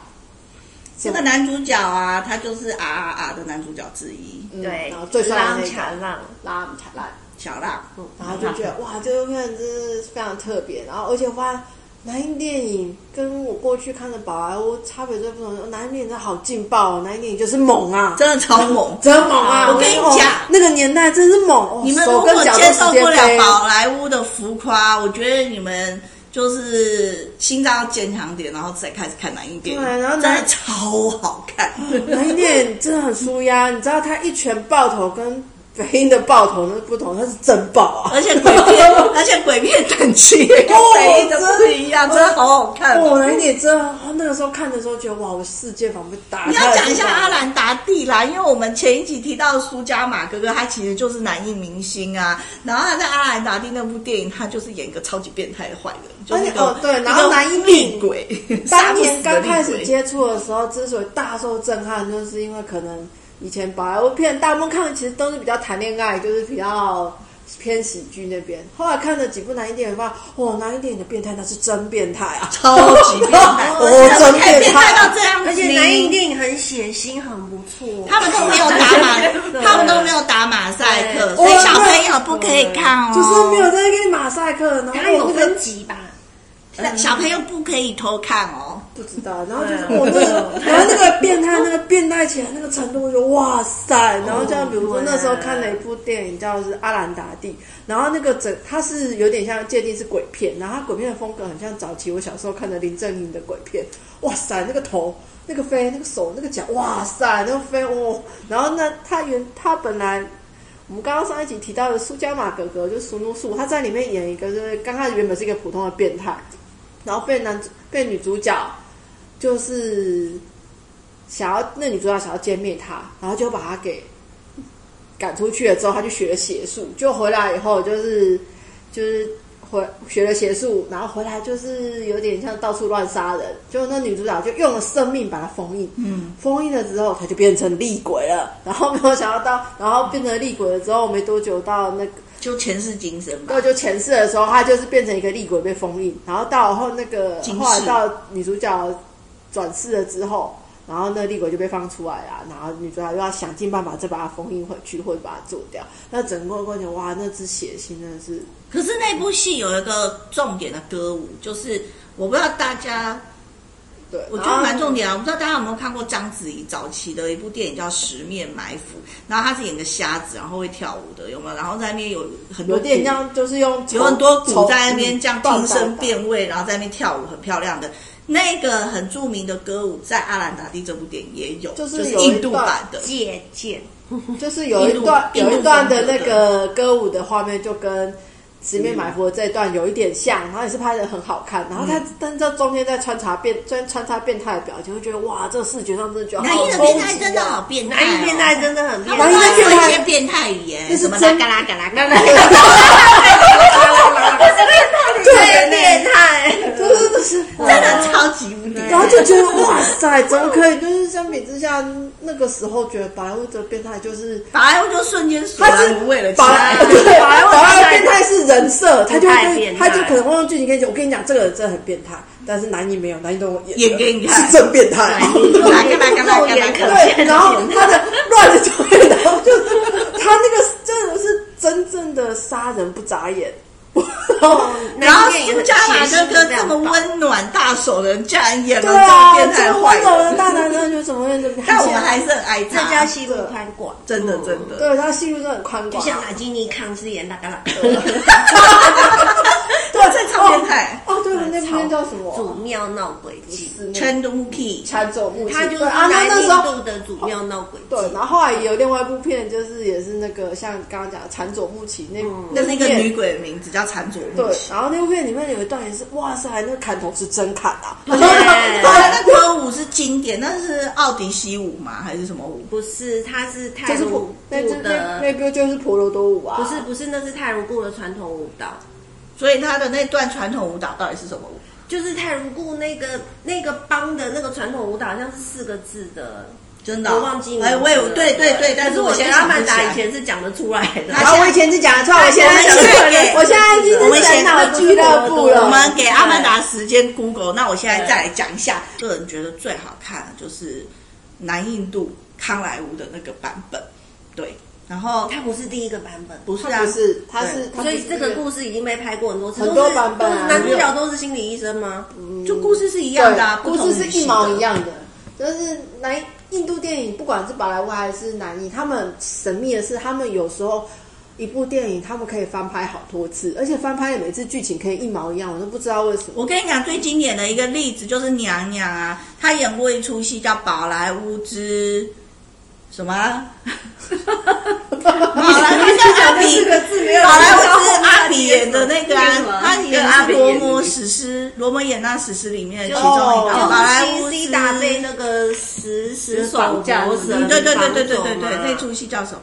A: 这个男主角啊，他就是啊啊啊的男主角之一，
C: 嗯
B: 对
C: 然后最，帅的
B: 浪
C: 那
B: 卡
C: 个
B: 浪，
C: 拉姆查拉。嗯
A: 小浪。
C: 然后就觉得哇，这部片真是非常特别。然后而且我发现南印电影跟我过去看的宝莱坞差别最不同，南印电影真的好劲爆、哦，南印电影就是猛啊，
A: 真的超猛。
C: 真猛啊！
A: 我跟你
C: 觉得哦
A: 讲
C: 那个年代真是猛，哦
A: 你们如
C: 手
A: 果
C: 跟脚都
A: 接受
C: 直接
A: 不了
C: 飞
A: 宝莱坞的浮夸，我觉得你们就是心脏要坚强点，然后再开始看南一点，
C: 对啊然后
A: 真
C: 南
A: 的超好
C: <laughs>
A: 看。
C: 南印电影真的很舒压，你知道他一拳爆头跟北英的爆头那是不同，他是真爆啊！
A: 而且鬼
C: <laughs>
A: 片，而且鬼片等级也跟北一的不一样，真的好好看。
C: 哦，南印电影真的，哦那个时候看的时候觉得哇，我世界仿佛打开
A: 你
C: 了
A: 要讲一下
C: 这种
A: 阿兰达蒂啦，因为我们前一集提到苏加马哥哥，他其实就是男艺明星啊。然后他在阿兰达蒂那部电影，他就是演一个超级变态的坏人，就是一个、
C: 哦对然
A: 一个
C: 后男一
A: 厉鬼，杀
C: 当
A: 不死的
C: 年刚开
A: 厉
C: 始
A: 鬼
C: 接触的时候，之所以大受震撼，就是因为可能以前宝莱坞片大部分看的其实都是比较谈恋爱，就是比较偏喜剧那边。后来看了几部南一点，发现哇，南一点的变态那是真变态啊！
A: 超级变 <laughs> 态，
C: <laughs> 哦真
A: 可以
C: 变态
A: 变态到这样子，
B: 而且南印电影很血腥，很不错。
A: 他们都没有打马，他们都没有打马赛克，所以小朋友不可以看哦，
C: 就是没有在给你马赛克，然后
B: 它有
C: 我那
B: 分
C: 个
B: 级吧？
A: 有小朋友不可以偷看哦。
C: 不知道，然后就是
B: 对
C: 我那个，然后那个变态，那个变态起来那个程度，我就哇塞！然后像比如说
B: 对
C: 那时候看了一部电影叫是《阿兰达蒂》，然后那个整它是有点像界定是鬼片，然后它鬼片的风格很像早期我小时候看的林正英的鬼片，哇塞，那个头。那个飞，那个手，那个脚，哇塞，那个飞哦！然后呢，他原他本来我们刚刚上一集提到的苏加马格格，就是苏努素，他在里面演一个，就是刚开始原本是一个普通的变态，然后被男主被女主角就是想要那女主角想要歼灭他，然后就把他给赶出去了之后，他就学了邪术，就回来以后就是就是回学了邪术，然后回来就是有点像到处乱杀人，就那女主角就用了生命把他封印，嗯，封印了之后他就变成厉鬼了，然后没有想到到然后变成厉鬼了之后没多久到那个。
A: 就前世今生吧
C: 对，，就前世的时候，他就是变成一个厉鬼被封印，然后到后那个
A: 今世
C: 后来到女主角转世了之后，然后那厉鬼就被放出来啦，然后女主角又要想尽办法再把它封印回去，或者把它做掉。那整个过程，哇，那只血腥真的是
A: 可是那部戏有一个重点的歌舞，就是我不知道大家，
C: 对，
A: 我觉
C: 然
A: 得
C: 后
A: 蛮重点啊。我不知道大家有没有看过章子怡早期的一部电影叫《十面埋伏》，然后她是演个瞎子，然后会跳舞的，有没有？然后在那边有很多
C: 有点
A: 鼓
C: 像就是用
A: 有很多
C: 绸
A: 鼓在那边这样
C: 绸
A: 听声
C: 棒
A: 辨位，然后在那边跳舞，很漂亮的。那个很著名的歌舞在《阿兰达蒂》这部电影也有，就
C: 就是有一
A: 印度
C: 段
A: 版的，
B: 借鉴，
C: 就是有一段
A: 印度
C: 有一段的那个歌舞的画面，就跟《十面埋伏》的这一段有一点像，然后也是拍的很好看。然后
A: 嗯
C: 他，但这中间在穿插变穿穿插变态的表情，会觉得哇，这视觉上真的觉得
A: 男
C: 好
A: 一的变
C: 冲
A: 态
C: 击
A: 真的好
C: <laughs> 啊！
A: 变态、
B: 南印变态，真的很
A: 他
B: 变
A: 们
C: 男
A: 都
C: 一
A: 会
C: 变
A: 说
C: 态
A: 一些变态语言，
C: 就是
A: 什么啦
C: 真
A: 嘎啦嘎啦嘎啦，啊
B: 对变态，
C: 就是就是，
A: 真的超级无敌。
C: 然后就觉得哇塞，怎么可以？就是相比之下，那个时候觉得白物的变态就是。
A: 宝莱坞就瞬间索
C: 他是
A: 然无味了起
C: 宝
A: 来
C: 莱，宝莱宝莱变态是人设，他就会
B: 太
C: 跟
B: 变
C: 他
B: 态
C: 就可能会用剧情跟你讲，我跟你讲，这个人真的很变态，但是男一没有，男一都我演的
A: 演给你看
C: 是真变态。 <laughs>
A: 嘎啦嘎啦嘎啦
B: 肉
A: 嘎
B: 眼
A: 啦
B: 可
A: 嘎啦。
C: 对，然后他的乱的作业，然后就是他那个真的是真正的杀人不眨眼，然后
A: 然后苏加马哥哥这么温暖大手人，竟然演了
C: 对
A: 这么
C: 啊，
A: 变态
C: 这
A: 的
C: 么
A: 坏
C: 温柔的
A: 人，
C: 大男人就怎么会怎么？
A: 但我们还是很爱
B: 这
A: 他。
B: 叫戏路宽广，
A: 真的真的，
C: 对他心胸是很宽
B: 就
C: 广，
B: <laughs> 像马基尼康斯演那个啦，
C: 对，哦
A: 这
C: 什么
B: 祖庙闹鬼记》，
C: 是那个
A: 成都屁，
C: 传走木器，
B: 它就是
C: 对啊，那
B: 南
C: 那时
B: 印
C: 候
B: 度的祖庙闹鬼
C: 对，然
B: 记。
C: 后后来也有另外一部片，就是也是那个像刚刚讲的缠佐木起那部
A: 嗯那是一个
C: 片
A: 女鬼的名字叫缠佐木
C: 对
A: 希，，
C: 然后那部片里面有一段也是，哇塞，那个砍头是真砍啊！
A: <laughs> 对，那歌舞是经典，那是奥迪西舞吗？还是什么舞？
B: 不是，它是
C: 就
B: 泰
C: 是
B: 鲁
C: 普那
B: 固
C: 那
B: 的，
C: 那部就是婆罗多舞啊，
B: 不是不是，那是泰鲁固的传统舞蹈，
A: 所以他的那段传统舞蹈到底是什么舞？
B: 就是泰鲁固那个那个帮的那个传统舞蹈，好像是四个字的，
A: 真的哦、
B: 我忘记名字了。
A: 哎，我有对对对，但
B: 可是我
A: 我
B: 觉
A: 现
B: 得
A: 在
B: 阿
A: 想
B: 曼
A: 不起
B: 达
A: 来
B: 以。前是讲得出来的。
A: 啊
C: 然后我以前是讲得出来，我现在
B: 现在
C: 是
B: 对
C: 我现在已经
B: 我
A: 们
C: 是
A: 现
C: 神
A: 在
C: 脑俱乐部了。
A: 我们给阿曼达时间 Google，那我现在再来讲一下，个人觉得最好看的就是南印度康莱坞的那个版本，对，然后
B: 它不是第一个版本，
A: 不是啊，
C: 他不是，他
A: 对
C: 是，他
B: 所
C: 不
B: 以
C: 是
B: 这个故事已经被拍过很多次，
C: 很
B: 都
C: 多
B: 是
C: 版本啊
B: 都是男主角都是心理医生吗？
A: 就故事是一
C: 一
A: 样的、啊，
C: 故
A: 不同
C: 事
A: 语系的
C: 是一毛一。样的，就是南印度电影，不管是宝莱坞还是南印，他们神秘的是，他们有时候。一部电影，他们可以翻拍好多次，而且翻拍的每次剧情可以一毛一样，我都不知道为什 <laughs> 么。
A: 我跟你讲，最经典的一个例子就是娘娘啊，她演过一出戏叫《宝莱坞之什么啊》好了，他叫阿比，好莱坞是阿比演的那个啊，他演阿罗摩史诗，罗摩衍那史诗里面的其中一个，
C: 哦
A: 好莱坞
B: 就是
A: 之
B: CC 打被那个十十手
C: 绑架
B: 佛
C: 那
B: 神
A: 嗯，
C: 个
A: 对对对对对对
B: 绑走
A: 对
B: 嘛，
A: 那出戏叫什么？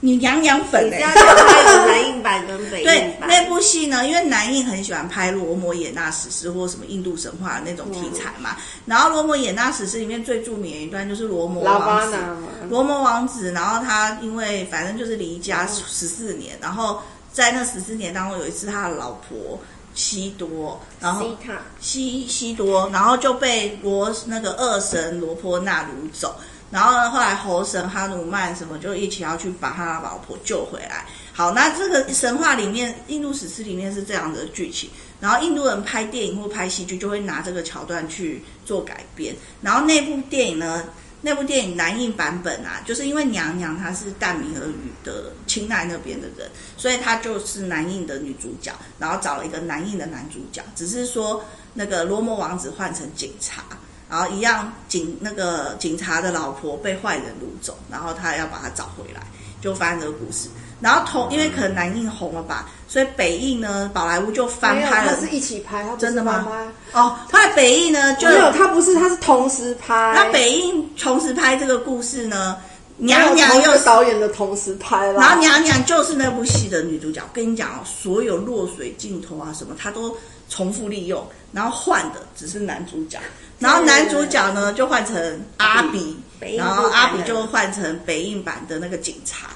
A: 你娘娘粉
B: 你
A: 哎、
B: 知道它有南印版跟北
A: 对
B: 印
A: 那
B: 版，
A: 部戏呢，因为南印很喜欢拍罗摩衍那史诗或什么印度神话的那种题材嘛。然后罗摩衍那史诗里面最著名的一段就是罗摩
C: 拉巴
A: 王子，
C: 拿嘛，
A: 罗摩王子，然后他因为反正就是离家十四年，然后在那十四年当中，有一次他的老婆西多，然后
B: 西塔
A: 西西多，然后就被罗那个二神罗婆那掳走，然后呢，后来猴神哈努曼什么就一起要去把他老婆救回来。好，那这个神话里面，印度史诗里面是这样的剧情，然后印度人拍电影或拍戏剧就会拿这个桥段去做改编，然后那部电影呢，那部电影南印版本啊，就是因为娘娘她是淡米尔语的清奈那边的人，所以她就是南印的女主角，然后找了一个南印的男主角，只是说那个罗摩王子换成警察，然后一样警那个警察的老婆被坏人掳走，然后他要把她找回来，就发生这个故事。然后同因为可能南印红了吧，所以北印呢，宝莱坞就翻
C: 没有，
A: 拍
C: 他
A: 了
C: 是一起拍，他不是
A: 真的吗
C: 翻拍？
A: 哦，后来北印呢就
C: 没有，他不是，他是同时拍。
A: 那北映同时拍这个故事呢，
C: 没有
A: 娘娘
C: 同一
A: 又
C: 个导啊演的同时拍啦。
A: 然后娘娘就是那部戏的女主角。跟你讲哦，所有落水镜头啊什么，她都重复利用，然后换的只是男主角。然后男主角呢就换成阿比，
B: 北
A: 然
B: 印
A: 后
B: 度
A: 阿
B: 版
A: 比
B: 的
A: 就换成北印版的那个警察。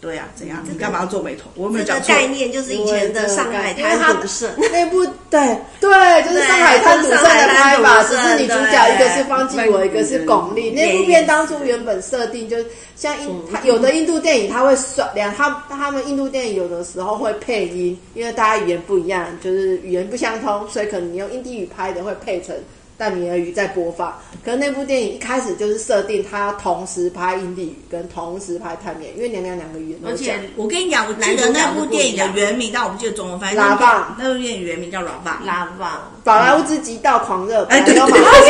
A: 对啊，怎样？你干嘛要皱眉头？我有没
B: 这
A: 有
B: 个
A: 讲错。
B: 概念就是以前的上海滩赌圣。
C: <laughs> 那部对对，就是上海滩赌圣的拍法，只是女主角一个是方季
B: 对
C: 韦，一个是巩俐。那部片当初原本设定就是像印，它有的印度电影它会甩两，他他们印度电影有的时候会配音，因为大家语言不一样，就是语言不相通，所以可能你用印地语拍的会配成。淡米尔语在播放，可是那部电影一开始就是设定它要同时拍印地语跟同时拍泰米尔，因为娘娘两个语言都
B: 而
C: 讲
B: 且。
A: 我跟你讲，我记得那部电影的原名，但我不记得中文翻译。
C: 拉棒
A: 那部电影原名叫《拉棒》。
B: 拉棒，
C: 宝莱坞之极道狂热，
A: 哎，对对
C: 本来都蛮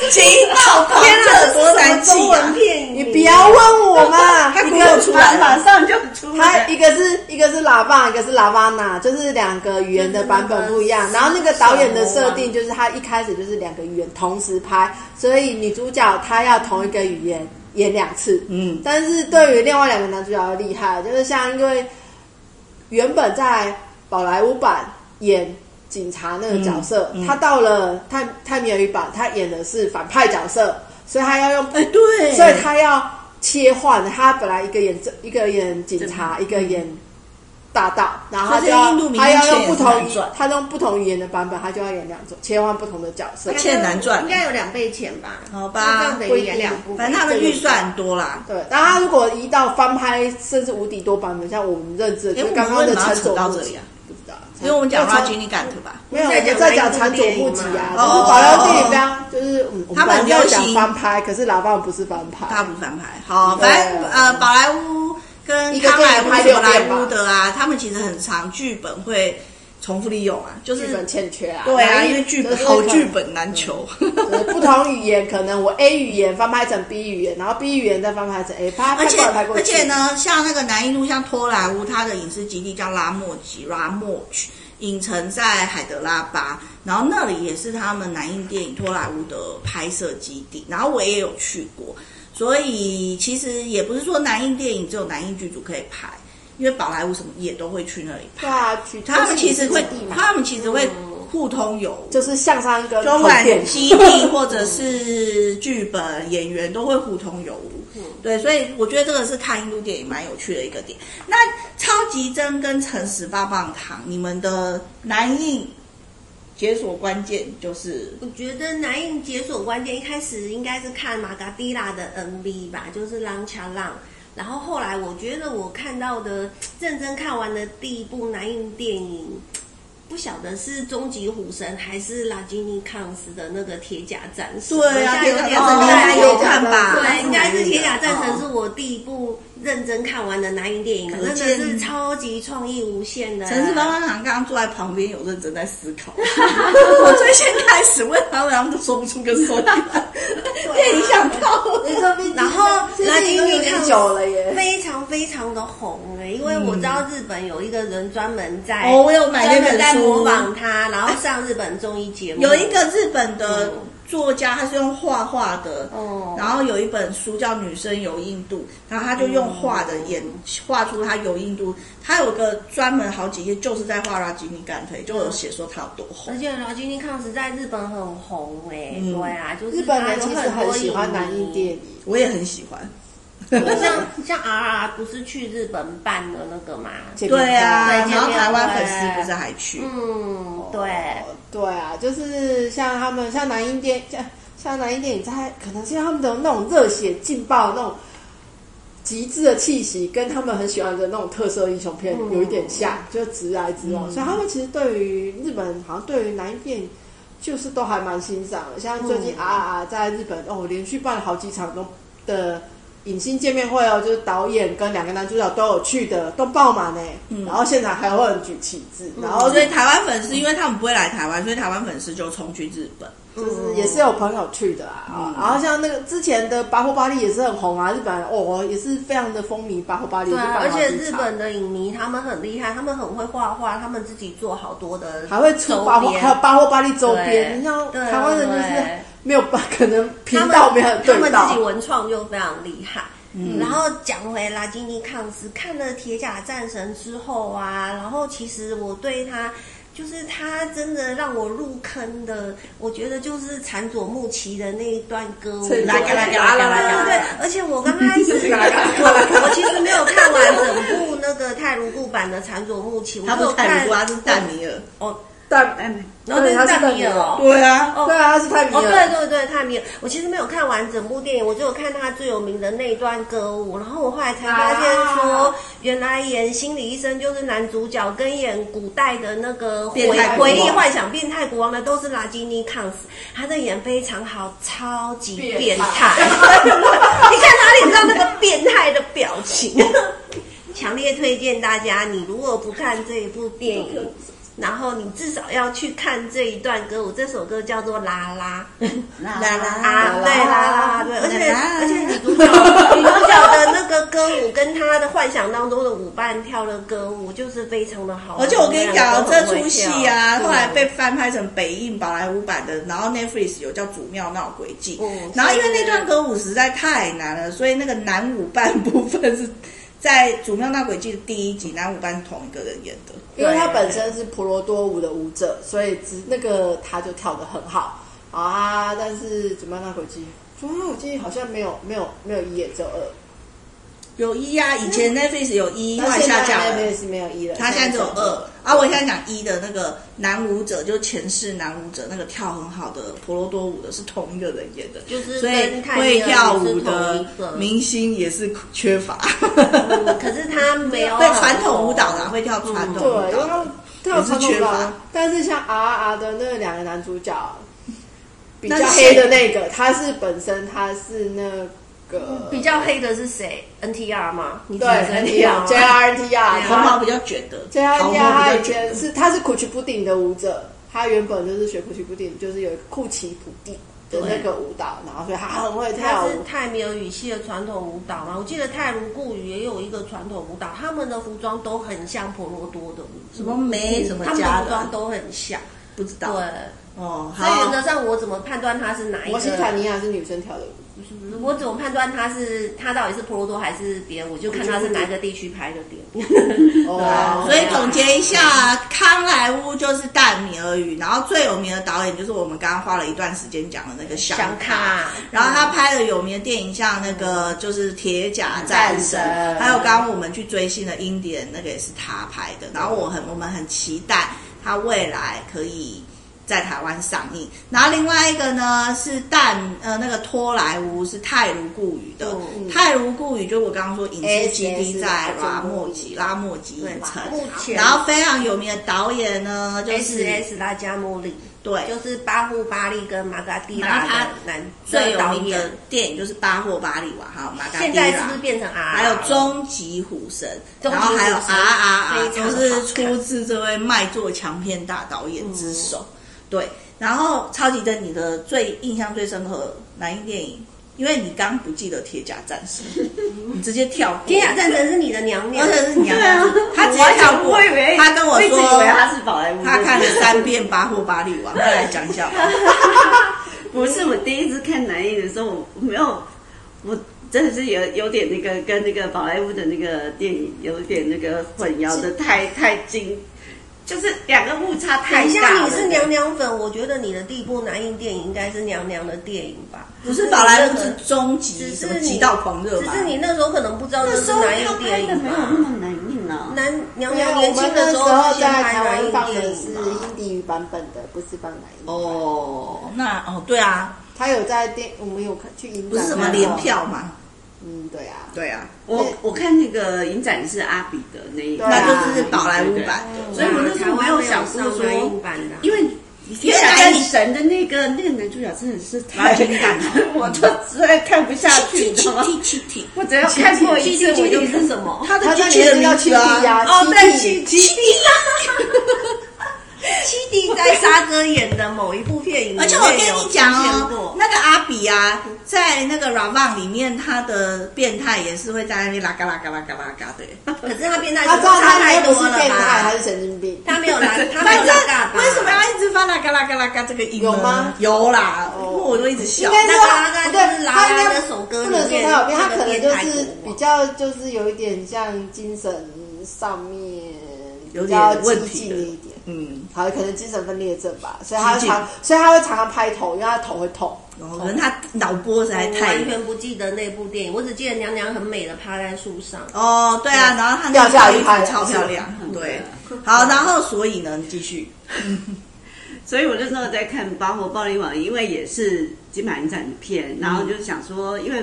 A: 对，情报狂热啊多
B: 哦什
A: 难
B: 么
A: 记
B: 中文
A: 啊！
B: 片
C: 你不要问我嘛，
A: 他
C: 一
A: 鼓
C: 个
A: 出来，马上就出
C: 他
A: 来。
C: 一个是一个是喇叭，一个是喇叭娜，就是两个语言的版本不一样。然后那个导演的设定就是他一开始就是两个语言同时拍，所以女主角她要同一个语言演两次。
A: 嗯，
C: 但是对于另外两个男主角的厉害，就是像因为原本在宝莱坞版演警察那个角色，
A: 嗯嗯
C: 他到了泰泰米尔语版，他演的是反派角色，所以他要用
A: 哎，对，
C: 所以他要切换，他本来一个演这一个演警察，一个演大盗，然后他就
A: 所以这个印度
C: 要
A: 明
C: 他
A: 星
C: 要
A: 圈
C: 用
A: 也
C: 不
A: 是
C: 同
A: 难
C: 语
A: 赚，
C: 他用不同语言的版本，他就要演两种，切换不同的角色。
A: 欠难赚
B: 应该有两倍钱吧？
A: 好吧
B: 这样等于演两部，
A: 反正他们预算很多啦。
C: 对，然后他如果移到翻拍甚至无敌多版本，像我们认知的，
A: 哎
C: 就
A: 我们
C: 刚刚的
A: 为什么要
C: 陈
A: 扯
C: 佐
A: 到
C: 木
A: 这
C: 吉
A: 里啊，
C: 不知道，
A: 因为我们讲
C: 陈
A: r a j i n i 特吧，
C: 没有，我
B: 在
C: 们
B: 讲
C: 在讲
B: 南
C: 缠
B: 印
C: 佐
B: 度
C: 木
B: 电
C: 吉
B: 影
C: 啊，
B: 嘛
C: 就是
A: 哦
C: 保镖电影非常，就是我们
A: 他们
C: 本来要
A: 流
C: 讲
A: 行
C: 翻拍，可是喇叭不是翻拍，
A: 大部分拍。好，
C: 对
A: 反正呃，宝莱坞跟
C: 一个
A: 康
C: 电
A: 莱
C: 影
A: 坞、
C: 拍
A: 什么
C: 六
A: 莱
C: 遍吧
A: 坞的啊，他们其实很长剧本会重复利用啊，就
C: 剧
A: 是
C: 本欠缺啊。
A: 对啊，
C: 难以
A: 因为剧本
C: 就是
A: 好
C: 可能
A: 剧本难求。
C: 呃不同语言，可能我 A 语言翻拍成 B 语言，然后 B 语言再翻拍成 A，啪，
A: 而且
C: 翻过来翻过
A: 而
C: 去
A: 且，呢，像那个南印度，像托莱乌，它的影视基地叫拉莫吉拉莫区，影城在海德拉巴，然后那里也是他们南印电影托莱乌的拍摄基地，然后我也有去过，所以其实也不是说南印电影只有南印剧组可以拍，因为宝莱坞什么也都会去那里拍，
C: 对啊，取
A: 他们其实会
C: 就是影视基地，嘛
A: 他们其实会互通有无。
C: 就是向山跟
A: 中
C: 后
A: 晚
C: 殿
A: 基
C: <laughs>
A: 地或者是剧本演员都会互通有无，
B: 嗯
A: 对，所以我觉得这个是看印度电影蛮有趣的一个点。那超级真跟诚实棒棒糖，你们的男印解锁关键就是
B: 我觉得南印解锁关键一开始应该是看马嘎迪拉的 MV 吧，就是《浪恰浪》。然后后来我觉得我看到的认真看完的第一部南印电影，不晓得是《终极虎神》还是拉基尼康斯的那个《铁甲战士》。
A: 对
B: 我
A: 啊，
B: 现在
A: 铁
B: 有
A: 甲战神应
B: 点不太
A: 该有
B: 有
A: 看吧？
B: 哦对，应该是《铁甲战神》
A: 哦
B: 是我第一部认真看完的南影电影，真
A: 可
B: 的
A: 见
B: 是超级创意无限的啊。
A: 陈世芳好像刚刚坐在旁边，有认真在思
B: <laughs>
A: 考。我最先开始问他们，他们都说不出个
B: <laughs>
A: 所以
B: 啊
A: <laughs> 然，电影想到了。
B: 然后
C: 拉
B: 拉
C: 丁
B: 丁
C: 有
B: 语
C: 点
B: 看
C: 久了耶，
B: 非常非常的红哎、因为我知道
C: 嗯
B: 日本有一个人专门在、
A: 哦，我有买
B: 专
A: 那
B: 门
A: 本
B: 在模
A: 书，
B: 仿他，然后上日本综艺节目。
A: 有一个日本的
B: 嗯
A: 作家，他是用画画的，
B: 哦
A: 然后有一本书叫《女生游印度》，然后他就用画的演画出他游印度，他有个专门好几页就是在画拉吉尼干腿，就有写说他有多红
B: 而。且劳金尼康斯在日本很红哎、
A: 嗯
B: 对啊，就是
C: 日本
B: 他
C: 人
B: 有
C: 其实
B: 很
C: 很
B: 多
C: 喜欢南印电
B: 影
C: 影，
A: 我也很喜欢，
B: 迷。像像 R R 不是去日本办的那个嘛？
C: 对
A: 对啊，
B: 对
A: 然后台湾粉
B: 见面会
A: 丝不是还去，
B: 嗯，对，
C: 对啊，就是像他们像南印电像像南印电影在，可能是因为他们的那种热血劲爆那种极致的气息，跟他们很喜欢的那种特色英雄片
B: 嗯
C: 有一点像，就直来直往，
A: 嗯
C: 所以他们其实对于日本好像对于南印电影。就是都还蛮欣赏的，像最近
B: 嗯
C: 啊啊啊在日本哦，连续办了好几场都的影星见面会哦，就是导演跟两个男主角都有去的，都爆满呢。然后现场还有人举旗帜，然后
A: 哦，
C: 就
A: 所以台湾粉丝因为他们不会来台湾，所以台湾粉丝就冲去日本。
C: 就是也是有朋友去的
B: 嗯
C: 啊，啊然后像那个之前的《巴霍巴利》也是很红啊，日本哦也是非常的风靡，《巴霍巴利》也
B: 对
C: 是
B: 啊，
C: 办
B: 而
C: 了好几
B: 且
C: 场
B: 日本的影迷他们很厉害，他们很会画画，他们自己做好多的
C: 还会出
B: 周
C: 巴霍，
B: 边
C: 还有《巴霍巴利》周
B: 对
C: 边，你像
B: 对
C: 台湾人就是
B: 对
C: 没有办，可能频
B: 他们
C: 道没有
B: 他
C: 对
B: 们
C: 到嗯
B: 自己，文创就非常厉害。然后讲回拉基尼康斯，看了《铁甲战神》之后啊，然后其实我对他。就是他真的让我入坑的，我觉得就是缠佐木奇的那一段歌舞，
C: <laughs> 所以
A: 拉嘎拉嘎拉嘎拉嘎
B: 对对对，而且我
C: <laughs>
B: 刚开始我我其实没有看完整部那个泰卢固版的缠佐木奇，我
A: 他不
B: 只有
A: 是泰
B: 看
A: 鲁瓜，是戴米尔。
B: 哦， <laughs>
C: 但
B: 然后那
C: 对
B: 是
C: 他是
B: 戴米尔哦，
A: 对啊，
B: 哦
C: 对啊，他是太迷
B: 哦，
C: 了，
B: 对对对，泰米尔，我其实没有看完整部电影，我只有看他最有名的那一段歌舞，然后我后来才发
C: 啊
B: 现说，原来演心理医生就是男主角，跟演古代的那个回
A: 变态国王
B: 回忆幻想变态国王的都是拉基尼康斯，他的演非常好，超级变
C: 变
B: 态，
C: 态
B: <laughs> 你看哪里知道那个变态的表情？ <laughs> 强烈推荐大家，你如果不看这一部电影，然后你至少要去看这一段歌舞。这首歌叫做《啦
A: <laughs>
B: 啦》
A: 啦
B: 啊，对啦啦，对，而且
A: 啦啦
B: 而且女主角女主角的那个歌舞跟她的幻想当中的舞伴跳的歌舞就是非常的好玩，
A: 而 <laughs> 哦且我跟你讲，
B: 两个
A: 这
B: 都很
A: 出
B: 会
A: 戏
B: 跳
A: 啊，
B: 嗯
A: 后来被翻拍成北映宝莱坞版的，然后 Netflix 有叫《祖庙闹鬼记》
B: 嗯
A: 然后因为
B: 是
A: 那段歌舞实在太难了，所以那个男舞伴部分是在《祖庙闹鬼记》的第一集，男舞伴是同一个人演的。
C: 因为他本身是婆罗多舞的舞者，所以只那个他就跳得很好啊，但是怎么样？那轨迹，怎么样？轨迹好像没有没有没有一，也只有二。
A: 有一啊，以前 Netflix 有一，后来
C: 现
A: 下
C: 在
A: 架了。
C: Netflix 没有一了，
A: 他现在只有二。啊！我现在讲一的那个男舞者，就是前世男舞者，那个跳很好的婆罗多舞的是同一个人演的，
B: 就是
A: 所以
B: 跟泰
A: 会
B: 勒
A: 跳
B: 也是
A: 舞
B: 同
A: 的
B: 一个
A: 明星也是缺乏。 <laughs>
B: 嗯可是她没有
A: 对
B: 很
A: 传统舞蹈啦，
B: 红
A: 会跳传统
C: 对，
A: 舞
C: 因为
B: 嗯
A: 蹈。也
C: 他跳传
A: 是
C: 统
A: 缺
C: 舞
A: 乏
C: 蹈，但是像 R R 的那两个男主角，比较黑的那个，他是本身他是那
A: 嗯
C: 个
B: 比较黑的是谁？NTR 吗？你指
C: 对
B: 的是 NTR 吗
A: 啊
C: J R T R
A: 头毛比较卷的，
C: J R
A: 头
C: T
A: 毛
C: R 他
A: 比较
C: 以
A: 卷
C: 前
A: 的，
C: 是他是库奇布丁的舞者，他原本就是学库奇布丁，就是有一个库奇普丁的那个舞蹈，然后所以他很会
B: 它
C: 跳
B: 是
C: 舞。
B: 泰米尔语系的传统舞蹈嘛，我记得泰卢固语也有一个传统舞蹈，他们的服装都很像婆罗多的舞，
A: 什么梅什么
B: 他们
A: 家的
B: 的服装都很像。
A: 不知
B: 对，
A: 道哦。
B: 所以原则
A: 好，
B: 上我怎么判断它是哪一
C: 摩西塔
B: 个？
C: 尼亚是女生跳的舞，
B: 我怎么判断它是它到底是婆罗多还是别人？我就看它是哪一个地区拍的点。
C: 哦
B: 对啊
A: 所以总结一下，康莱坞就是淡米而语，然后最有名的导演就是我们刚刚花了一段时间讲的那个香
B: <laughs> 想
A: 卡。
B: 卡，
A: 然后他拍的有名的电影，像那个
B: 嗯
A: 就是《铁甲战神》
C: 战神
A: 还有刚刚我们去追星的《英典》，那个也是他拍的。然后我很我们很期待他未来可以在台湾上映。然后另外一个呢是淡呃那个托莱坞是泰卢固语的，
B: 嗯
A: 泰卢固语就是我刚刚说影视基
C: SS
A: 地在拉莫吉
C: 中
A: 拉莫吉影
B: 对
A: 城。
B: 目前
A: 然后非常有名的导演呢就是
B: S S 拉加莫里
A: 对，
B: 就是巴布巴利跟马嘎蒂拉
A: 然后他
B: 的男
A: 最有
B: 导
A: 名的
B: 演，
A: 电影就是《巴霍巴利瓦》还有《马嘎
B: 现
A: 蒂拉
B: 在是不是变成 R？
A: 还有《终极虎神》，
B: 终极
A: 然
B: 虎
A: 后还
B: 神
A: 有《R 啊 R R》，
B: 非常
A: 都
B: 好
A: 啊是出自这位卖座强片大导演之手。
B: 嗯
A: 对，然后超级的你的最印象最深刻的哪一电影？因为你刚不记得《铁甲战士》，
B: <laughs>
A: 你直接跳过。
B: 天下战神是你的娘娘，
A: 而且是你娘娘
B: 对啊
A: 他直接跳过
B: 我完全不会以为
A: 他跟我
B: 我一直
A: 说
B: 以为他是宝莱坞的，
A: 他看了三遍《巴霍巴利瓦》，快来讲一下吧。
B: <laughs>
D: 不是我第一次看男艺的时候，我我没有，我真的是有有点那个跟那个宝莱坞的那个电影有点那个混淆的太太近，就是两个误差
B: 等
D: 太
B: 一
D: 大
B: 下，
D: 了。
B: 你是娘娘粉，我觉得你的第一部男印电影应该是娘娘的电影吧？
A: 不是宝莱坞是
B: 只
A: 终极
B: 只
A: 什
B: 是
A: 么
B: 你
A: 极道狂热
B: 只
A: 吧？
B: 是你那时候可能不知道
D: 那
B: 这
D: 时
B: 是
D: 候
B: 男
D: 他
B: 印
D: 拍
B: 电
D: 的
B: 影
D: 没有
B: 吧
D: 那？么难印啊。
B: 男娘
C: 没有
B: 娘年
C: 我们
B: 轻的
C: 那
B: 时
C: 时
B: 候
C: 候
B: 是先
C: 在台
B: 拍男
C: 湾放
B: 印
C: 的
B: 电
C: 是
B: 影吧？
C: 印地语版本的，不是放南音。
A: 哦，那哦对啊，
C: 他有在电，我们有看去影展，啊
A: 不是什么
B: 哦
A: 联。票嘛？
C: 嗯，对啊，
A: 对啊，
D: 我我看那个影展是阿比的那一
C: 对
D: 个，
C: 啊
A: 那就是宝莱坞版的。
D: 所以我那时候没有想过
B: 台湾没有上男印
D: 说，
B: 版的啊。
D: 因为。因为男神的那个那个男主角真的是太
A: 完全感动
D: <laughs> 我就实在看不下去，你知道吗？
A: 七体，
D: 我只要看过一次，我就
B: 七是什么？
A: 他
C: 他
A: 的
C: 在
A: 机器人
C: 里面
A: 名
C: 叫
A: 字啊
C: 七弟啊
A: 哦对，
C: 七
A: 七七弟，
B: 七弟在沙哥演的某一部电影
A: <laughs>
B: 里面有
A: 而且我跟你讲
B: 出现
A: 哦
B: 过，
A: 那个阿比啊，在那个 Ravan 里面，他的变态也是会在那边拉嘎拉嘎拉嘎拉嘎的。
B: 可是他变态
C: 他知道
B: 差
C: 他
B: 太
C: 又
B: 多
C: 不是
B: 了
C: 变态，他
B: 吧？
C: 是神经病。
B: 他没有拉，他没
A: 反
B: 有
A: 正
B: 拉嘎吧？
A: 为什么要一直发拉嘎拉嘎拉嘎这个音呢？
C: 有吗
A: 有啦，因
C: 哦
A: 为我就一直笑
C: 应。该
B: 那
C: 说不
B: 个拉拉就
C: 对，
B: 是拉
C: 他
B: 拉
C: 应
B: 那
C: 该
B: 首歌
C: 不
B: 里
C: 能说
B: 面
C: 他有病，
B: 那
C: 他可
B: 个
C: 能
B: 变
C: 就
B: 态
C: 是
B: 国
C: 比
B: 王
C: 较就是有一点像精神上面
A: 有
C: 比较
A: 点问
C: 激
A: 题
C: 进
A: 的
C: 一点，
A: 嗯，
C: 好，可能精神分裂症吧，所以他
A: 激
C: 会
A: 进
C: 常，所以他会常常拍头，因为他头会痛。
A: 然后可能他脑波实在
B: 我
A: 太
B: 完全不记得那部电影，我只记得娘娘很美的趴在树上。
A: 哦，对啊，然后她
C: 掉
A: 那
C: 下
A: 个
C: 来就
A: 跳
C: 拍
A: 衣
C: 了
A: 超漂亮，对。好，然后所以呢，你继续。
D: 所以我那时候在看《巴火暴力网》，因为也是金马影展的片，然后就想说，因为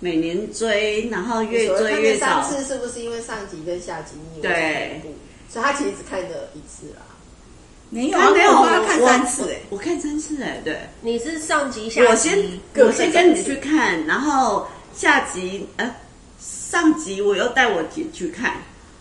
D: 每年追，然后越
C: 所谓
D: 追
C: 看
D: 越
C: 见上
D: 少，
C: 次是不是因为上集跟下集你有
D: 对
C: 同步，所以他其实只看了一次啦。
A: 没有啊
D: 他没有啊
A: 我要看三次哎。
D: 我看三次哎，对，
B: 你是上集下集？
D: 我先
C: 各
D: 我先
C: 看
D: 跟你
C: 三次
D: 去看，然后下集呃上集我又带我姐去看，哎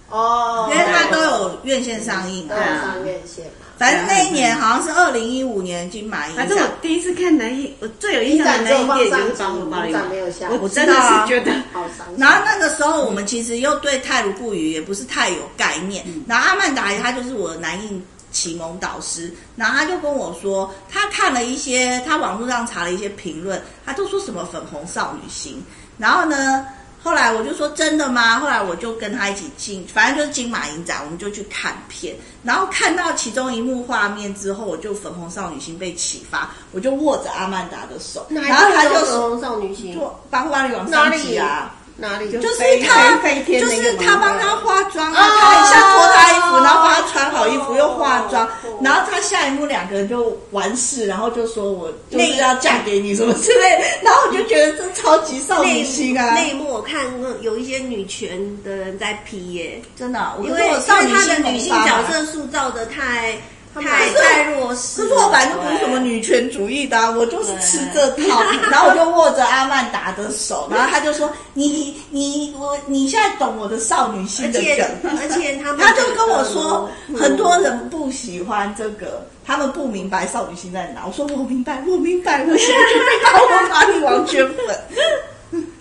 C: 哦，
A: 因为它都有院线上映
C: 都
A: 啊，
C: 有上院线嘛。
A: 反正那一年好像是二零一五年金马影
D: 反正我
A: 展，
D: 第一次看男一，我最有印象的男一电影就是《巴火暴力
C: 影
D: 网
C: 展没有下》，
D: 我啊真的是觉得。
C: 好伤心。
A: 然后那个时候我们其实又对泰卢布语也不是太有概念，
B: 嗯
A: 然后阿曼达他就是我的南印启蒙导师，然后他就跟我说，他看了一些，他网络上查了一些评论，他都说什么粉红少女心，然后呢，后来我就说真的吗？后来我就跟他一起进，反正就是金马影展，我们就去看片。然后看到其中一幕画面之后，我就粉红少女心被启发，我就握着阿曼达的手，
B: 哪一
A: 然后他
B: 部
A: 就
B: 叫粉
A: 说
B: 红少女心？
A: 就帮万里王上集啊。
B: 哪里？
A: 就是
D: 飞
A: 他，
D: 飞飞天
A: 就
D: 那个
A: 是
D: 嘛
A: 他帮他化妆啊，他一下脱他衣服，然后帮他穿好衣服，又化妆，然后他下一幕两个人就完事，然后就说我就是要嫁给你什么之类的，然后我就觉得这超级少
B: 那
A: 女
B: 一
A: 心啊，
B: 那一幕我看过，有一些女权的人在批耶，
A: 真的，我
B: 因为因
A: 我
B: 为
A: 少女
B: 她
A: 心啊
B: 的
A: 萌
B: 女性
A: 发
B: 角
A: 嘛
B: 色塑造的太他们
A: 可
B: 还
A: 是
B: 在弱势。
A: 可是我本来就不是什么女权主义的啊、我就是吃这套。然后我就握着阿曼达的 <laughs> 手，然后他就说：“你你我你现在懂我的少女
B: 而
A: 心的
B: 且
A: 梗。”
B: 而且他们
A: 他就跟我说，
B: 嗯
A: 很多人不喜欢这个，他们不明白少女心在哪。我说我明白，我明白，我现在就被桃红把你王圈粉。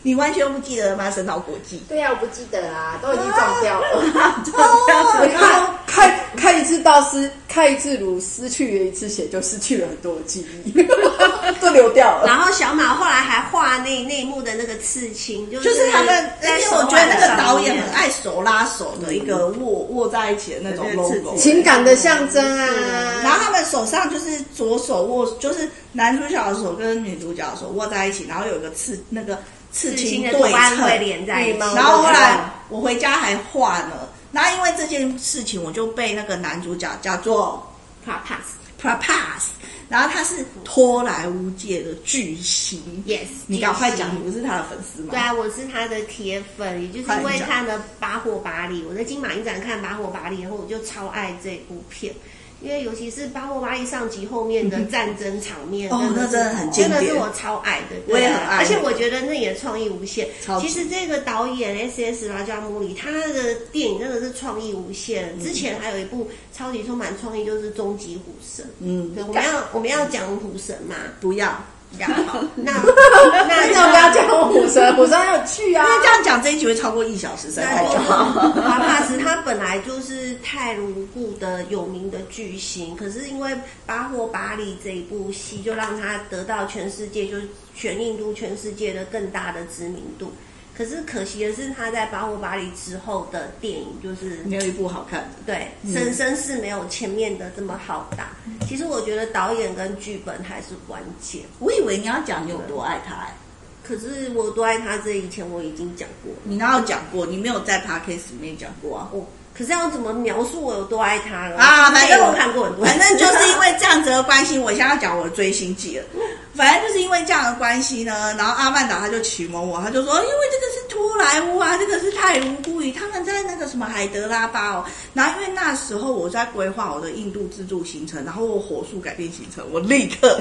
A: 你完全不记得吗？神岛国际。
C: 对啊呀、我不记得啦，都已经撞掉啊 <laughs> 了。
A: 哦
C: 你看，看看一次到失，看一次如失去了一次血，就失去了很多的记忆， <laughs> 就流
A: <laughs>
C: 掉了。
B: 然后小马后来还画那那一幕的那个刺青，就是
A: 就是他们，因
B: 在
A: 为
B: 手
A: 我
B: 腕
A: 觉得那个
B: 上
A: 导演
B: 面
A: 很爱手拉手的一个握握在一起的那种
D: 对刺激
A: logo，
C: 情感的象征
A: 然
C: <laughs> 啊，
A: 后他们手上就是左手握，就是男主角的手跟女主角的手握在一起，然后有一个刺那个刺
B: 刺青
A: 青
B: 的
A: 对
B: 图案会
A: 称。嗯
B: 连在一起，
C: 羽毛
A: 然后后来我回家还画呢，然后因为这件事情，我就被那个男主角叫做
B: 啪啪
A: Prapas，然后他是托莱乌界的巨星。
B: yes，
A: 你赶快讲，
B: 继
A: 你
B: 续
A: 不是他的粉丝吗？
B: 对啊，我是他的铁粉，也就是因为他的《巴霍巴黎》，我在金马影展看《巴霍巴黎》，然后我就超爱这部片，因为尤其是《巴霍巴黎》上集后面的战争场面，
A: 哦
B: 真的
A: 那真的很经
B: 真的
A: 典
B: 是我超爱的，
A: 我也很
B: 对啊
A: 爱
B: 而且我觉得那也创意无限。
A: 超级
B: 其实这个导演 S S 拉加莫里，他的电影真的是创意无限。
A: 嗯
B: 之前还有一部超级充满创意，就是《终极虎神》。
A: 嗯
B: 对，，我们要我们要讲虎神
A: <laughs>
B: 嘛，
A: 不要，
B: 啊然后那
C: 为
B: 那
C: 什么不要讲虎神？虎神很有趣啊
A: 因为，这样讲这一集会超过一小时，实在
B: 那
A: 太久
B: 就
A: 了。
B: 好。华帕斯他本来就是泰卢固的有名的巨星，可是因为《巴霍巴黎》这一部戏，就让他得到全世界，就是全印度、全世界的更大的知名度。可是可惜的是，他在《巴霍巴黎》之后的电影就是
A: <laughs> 没有一部好看的。
B: 对，深深是没有前面的这么好打。其实我觉得导演跟剧本还是关键。
A: 我以为你要讲你有多爱他、哎
B: 可是我多爱他，这以前我已经讲过了。
A: 你哪有讲过？你没有在 podcast 里面讲过啊。
B: 我可是要怎么描述我有多爱他了
A: 啊，反正
B: 我看过很多，
A: 反正就是因为这样子的关系，我现在要讲我的追星记了。反正就是因为这样的关系呢，然后阿曼达他就启蒙我，他就说，因为这个是托莱乌啊，这个是泰卢布语，他们在那个什么海德拉巴哦。然后因为那时候我在规划我的印度自助行程，然后我火速改变行程，我立刻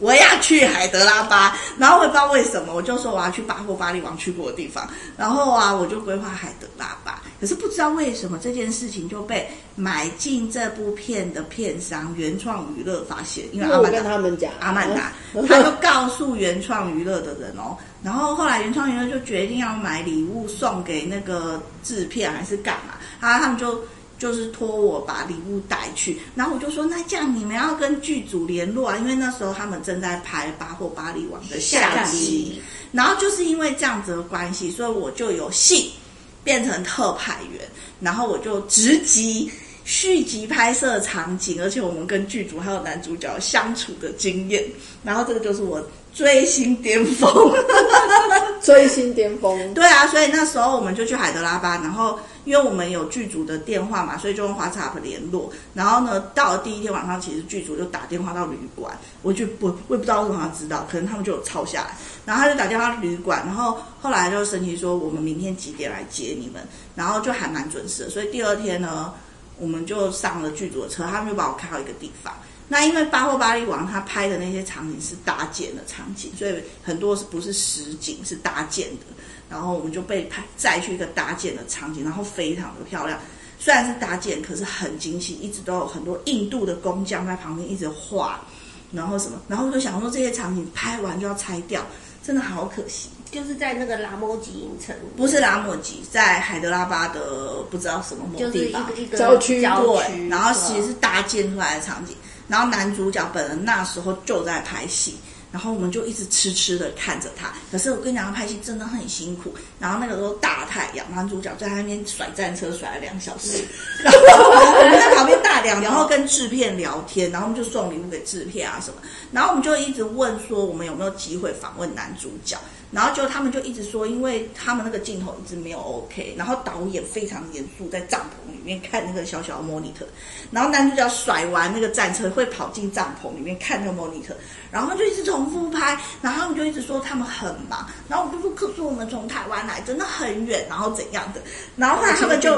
A: 我要去海德拉巴，然后我也不知道为什么，我就说我要去巴霍巴利王去过的地方，然后啊，我就规划海德拉巴，可是不知道为什么这件事情就被买进这部片的片商原创娱乐发现，因为
C: 因
A: 阿
C: <laughs> 为我
A: 曼
C: 跟
A: 达
C: 他们讲，
A: 阿曼达，他就告诉原创娱乐的人哦，然后后来原创娱乐就决定要买礼物送给那个制片还是干嘛，然后他们就就是托我把礼物带去，然后我就说那这样你们要跟剧组联络啊，因为那时候他们正在拍《巴霍巴利王》的下集，然后就是因为这样子的关系，所以我就有幸变成特派员，然后我就直击续集拍摄场景，而且我们跟剧组还有男主角相处的经验，然后这个就是我追星巅峰。
C: 追星巅峰，
A: 对啊，所以那时候我们就去海德拉巴，然后因为我们有剧组的电话嘛，所以就用 WhatsApp 联络。然后呢，到了第一天晚上，其实剧组就打电话到旅馆，我就不我也不知道为什么他知道，可能他们就有抄下来。然后他就打电话到旅馆，然后后来就申请说我们明天几点来接你们，然后就还蛮准时的。所以第二天呢，我们就上了剧组的车，他们就把我开到一个地方。那因为《巴霍巴利王》他拍的那些场景是搭建的场景，所以很多是不是实景是搭建的。然后我们就被拍再去一个搭建的场景，然后非常的漂亮。虽然是搭建，可是很精细，一直都有很多印度的工匠在旁边一直画，然后什么，然后我就想说这些场景拍完就要拆掉，真的好可惜。
B: <laughs> 就是在那个拉莫吉影城，
A: 不是拉莫吉，在海德拉巴的不知道什么某
B: 就是
A: 地
B: 一
A: 方，
B: 个一个
C: 郊区
B: 郊
A: 对，
B: 区
A: 然后
B: 对
A: 其实是搭建出来的场景，然后男主角本人那时候就在拍戏，然后我们就一直痴痴的看着他。可是我跟你讲，他拍戏真的很辛苦。然后那个时候大太阳，男主角在那边甩战车甩了两小时，然后我们在旁边大聊，然后跟制片聊天，然后我们就送礼物给制片啊什么，然后我们就一直问说我们有没有机会访问男主角。然后就他们就一直说，因为他们那个镜头一直没有 OK，然后导演非常严肃，在帐篷里面看那个小小的 monitor，然后男主角甩完那个战车会跑进帐篷里面看那个 monitor，然后就一直重重复拍，然后他们就一直说他们很忙，然后我就说可是我们从台湾来真的很远，然后怎样的，然后后来他们就，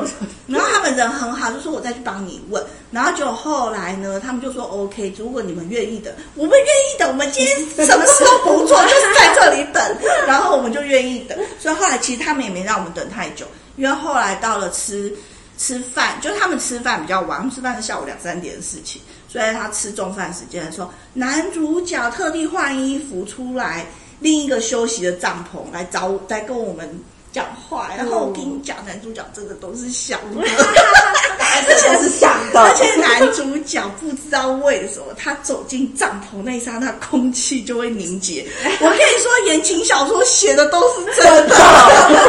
A: 然后他们人很好，就说我再去帮你问，然后就后来呢，他们就说 OK，如果你们愿意的，我们愿意的，我们今天什么事都不做，就是在这里等，然后我们就愿意等，所以后来其实他们也没让我们等太久，因为后来到了吃。吃饭，就是他们吃饭比较晚，他们吃饭是下午两三点的事情，所以他吃中饭时间的时候，男主角特地换衣服出来，另一个休息的帐篷来找我来跟我们讲话，然后我跟你讲，男主角真的都是想的， <laughs> 而且
C: 是想的
A: 而且男主角不知道为什么他走进帐篷那一刹那，空气就会凝结。我跟你说，言情小说写的都是真的。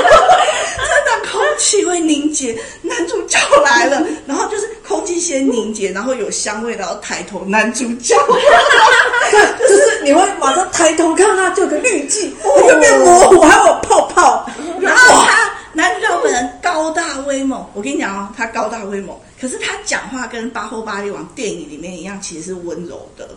A: 真的空气会凝结，男主角来了，然后就是空气先凝结，然后有香味，然后抬头男主角， <laughs>
C: 就是你会马上抬头看它，就有个滤镜，它就变模糊，还有泡泡。
A: 然后他男主角本人高大威猛，我跟你讲哦，他高大威猛，可是他讲话跟《巴霍巴利王》电影里面一样，其实是温柔的，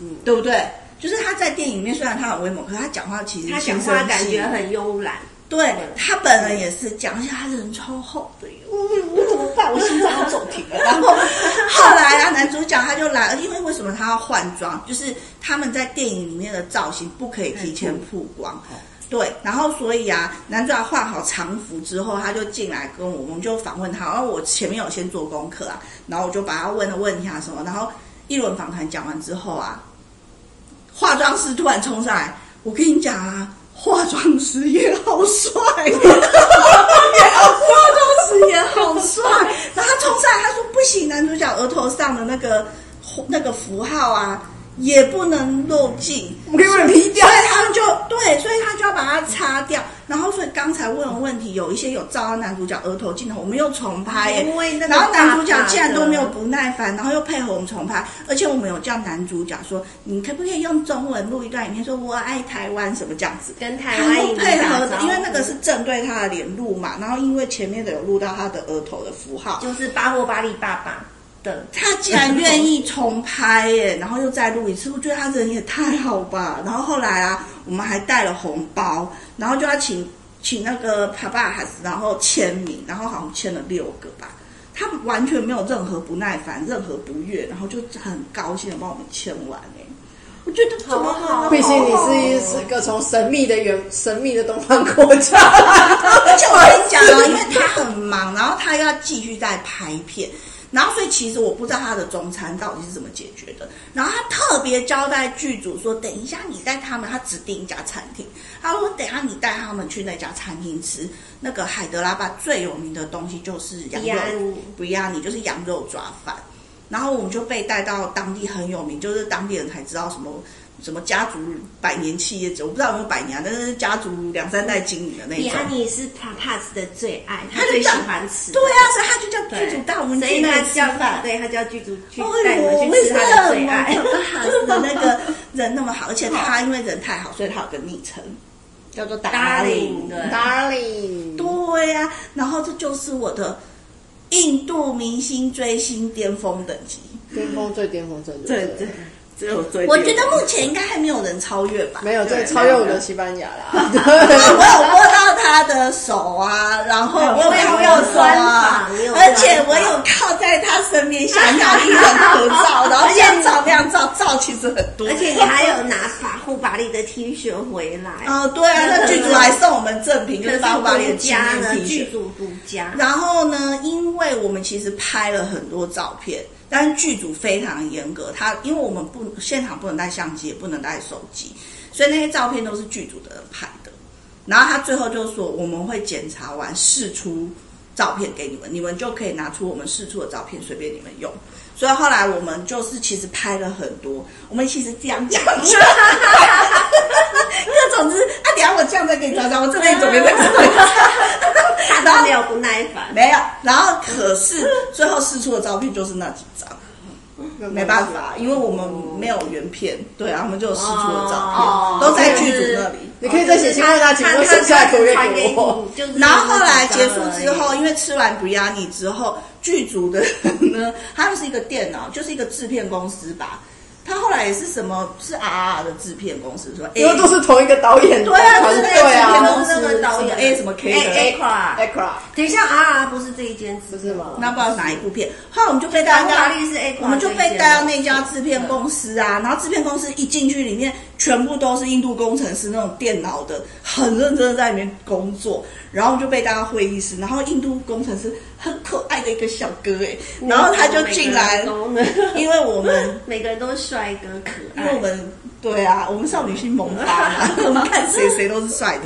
A: 嗯，对不对？就是他在电影里面虽然他很威猛，可是他讲话其实
B: 他
A: 轻
B: 讲
A: 声
B: 话感
A: 细
B: 觉
A: 语
B: 很慵懒，
A: 对他本人也是讲，而且他人超厚的耶，我
B: <laughs>
A: 我怎么办？我心脏要骤停了。然后后来啊，男主角他就来了，因为为什么他要换装？就是他们在电影里面的造型不可以提前曝光。对，然后所以啊，男主角换好常服之后，他就进来跟我，我们就访问他。然后我前面有先做功课啊，然后我就把他问的问题啊什么，然后一轮访谈讲完之后啊，化妆师突然冲上来，我跟你讲啊，化妆师也好帅，化妆师也好帅。然后他冲上来，他说不行，男主角额头上的那个那个符号啊，也不能露尽。
C: 我们可以把你
A: 皮掉，所以他们就对，所以他就要把它擦掉。然后所以刚才问的问题有一些有照到男主角额头镜头，我们又重拍耶、
B: 因为那个
A: 然后男主角
B: 大大
A: 竟然都没有
B: 的
A: 不耐烦，然后又配合我们重拍，而且我们有叫男主角说，你可不可以用中文录一段影片，说我爱台湾什么这样子。
B: 跟台
A: 他
B: 湾
A: 都
B: 影迷
A: 配
B: 打
A: 合
B: 招
A: 的，
B: 呼
A: 因为那个是正对他的脸录嘛，然后因为前面的有录到他的额头的符号，
B: 就是巴霍巴利爸爸的，
A: 他竟然愿意重拍耶， <laughs> 然后又再录一次，我觉得他人也太好吧。然后后来啊，我们还带了红包，然后就要请请那个帕帕哈斯，然后签名，然后好像签了六个吧。他完全没有任何不耐烦，任何不悦，然后就很高兴的帮我们签完哎，我觉得怎么
B: 好好
C: 毕竟你是是一个从神秘的远神秘的东方国家来，
A: 而且我跟你讲啊，因为他很忙，然后他又要继续在拍片，然后所以其实我不知道他的中餐到底是怎么解决的。然后他特别交代剧组说，等一下你带他们，他指定一家餐厅，他说等一下你带他们去那家餐厅吃那个海德拉巴最有名的东西就是羊
B: 比安
A: 肉
B: 尼，
A: 不亚尼就是羊肉抓饭。然后我们就被带到当地很有名，就是当地人才知道什么什么家族百年企业者，我不知道有没有百年啊，但是家族两三代经营的那种。
B: 比安尼是帕帕斯的最爱，他
A: 就
B: 最喜
A: 叫
B: 欢吃，
A: 对啊，所以他就叫剧组带我们
B: 所
A: 去
B: 以
A: 那
B: 他
A: 里吃
B: 叫
A: 饭。
B: 对他叫剧组去
A: 哎
B: 带
A: 呦，
B: 我们
A: 为
B: 去
A: 什
B: 吃
A: 么
B: 他的最爱，
A: <laughs>
B: <laughs>
A: 就是的那个人那么好？而且他因为人太好，所以他有个昵称叫做
B: Darling，对
C: ，darling，
A: 对呀、然后这就是我的印度明星追星巅峰等级。
C: 巅峰最巅峰最
D: 对
C: 巅峰
D: 对，只有最
A: 我觉得目前应该还没有人超越吧。
C: 没有，这
D: 对
C: 超越我
D: 没有
C: 的西班牙啦。
A: 我有握到他的手啊，然后我
B: 对
A: 有
B: 哎我有
A: 手啊
B: 专访你有，
A: 而且
B: 专访
A: 我有靠在他身边，想要一人合照，然后这样照那样照，照其实很多。
B: 而且你还有拿法护巴利的 T 恤回来，
A: 哦，对啊，那剧组还送我们赠品，就
B: 可
A: 是
B: 是
A: 八五八
B: 独
A: 零
B: 家呢，
A: T
B: 剧
A: 恤。
B: 组独家，
A: 然后呢，因为我们其实拍了很多照片，但是剧组非常严格，他因为我们不现场不能带相机，也不能带手机，所以那些照片都是剧组的人拍的。然后他最后就说，我们会检查完试出照片给你们，你们就可以拿出我们试出的照片，随便你们用。所以后来我们就是其实拍了很多，我们其实这样讲出来，各种就是啊，等一下我这样再给你找找，我这边左边再给你找找，然
B: 他
A: 后
B: 没有不耐烦，
A: 没有，然后可是最后试出的照片就是那几张，没办法，
C: 哦
A: 因为我们没有原片，对啊，我们就有试出的照
B: 哦
A: 片，都在剧组那里。
C: 你可以再写信问他，请问剩下多月给我？
B: 就是
A: 然后后来结束之后，，因为吃完 biryani 之后，剧组的人呢，他们是一个电脑，就是一个制片公司吧。他后来也是什么是 R R 的制片公司说，哎、
C: 因为都是同一个导演
A: 对啊，就
C: 团
A: 是那
C: 队
A: 个制
C: 啊，
A: 片公司
B: 那个导演
A: 什么 A 什么
B: 哎
A: K 的
C: A- A-
A: A
C: a c r a
B: 等一下，R R 不是这一间，不
C: 不是？吗？
A: 那不知道是哪一部片，后来我们就被带
B: 法
A: 到
B: 拉利是 A，
A: 我们就被带到那家制片公司啊，然后制片公司一进去，里面全部都是印度工程师那种电脑的，很认真的在里面工作。然后我们就被带到会议室，然后印度工程师很可爱的一个小哥哎、然后他就进来， <laughs> 因为我们
B: 每个人都是帅哥可
A: 因为我
B: 爱。
A: 们对啊，我们少女心萌发嘛，我们看谁谁都是帅的，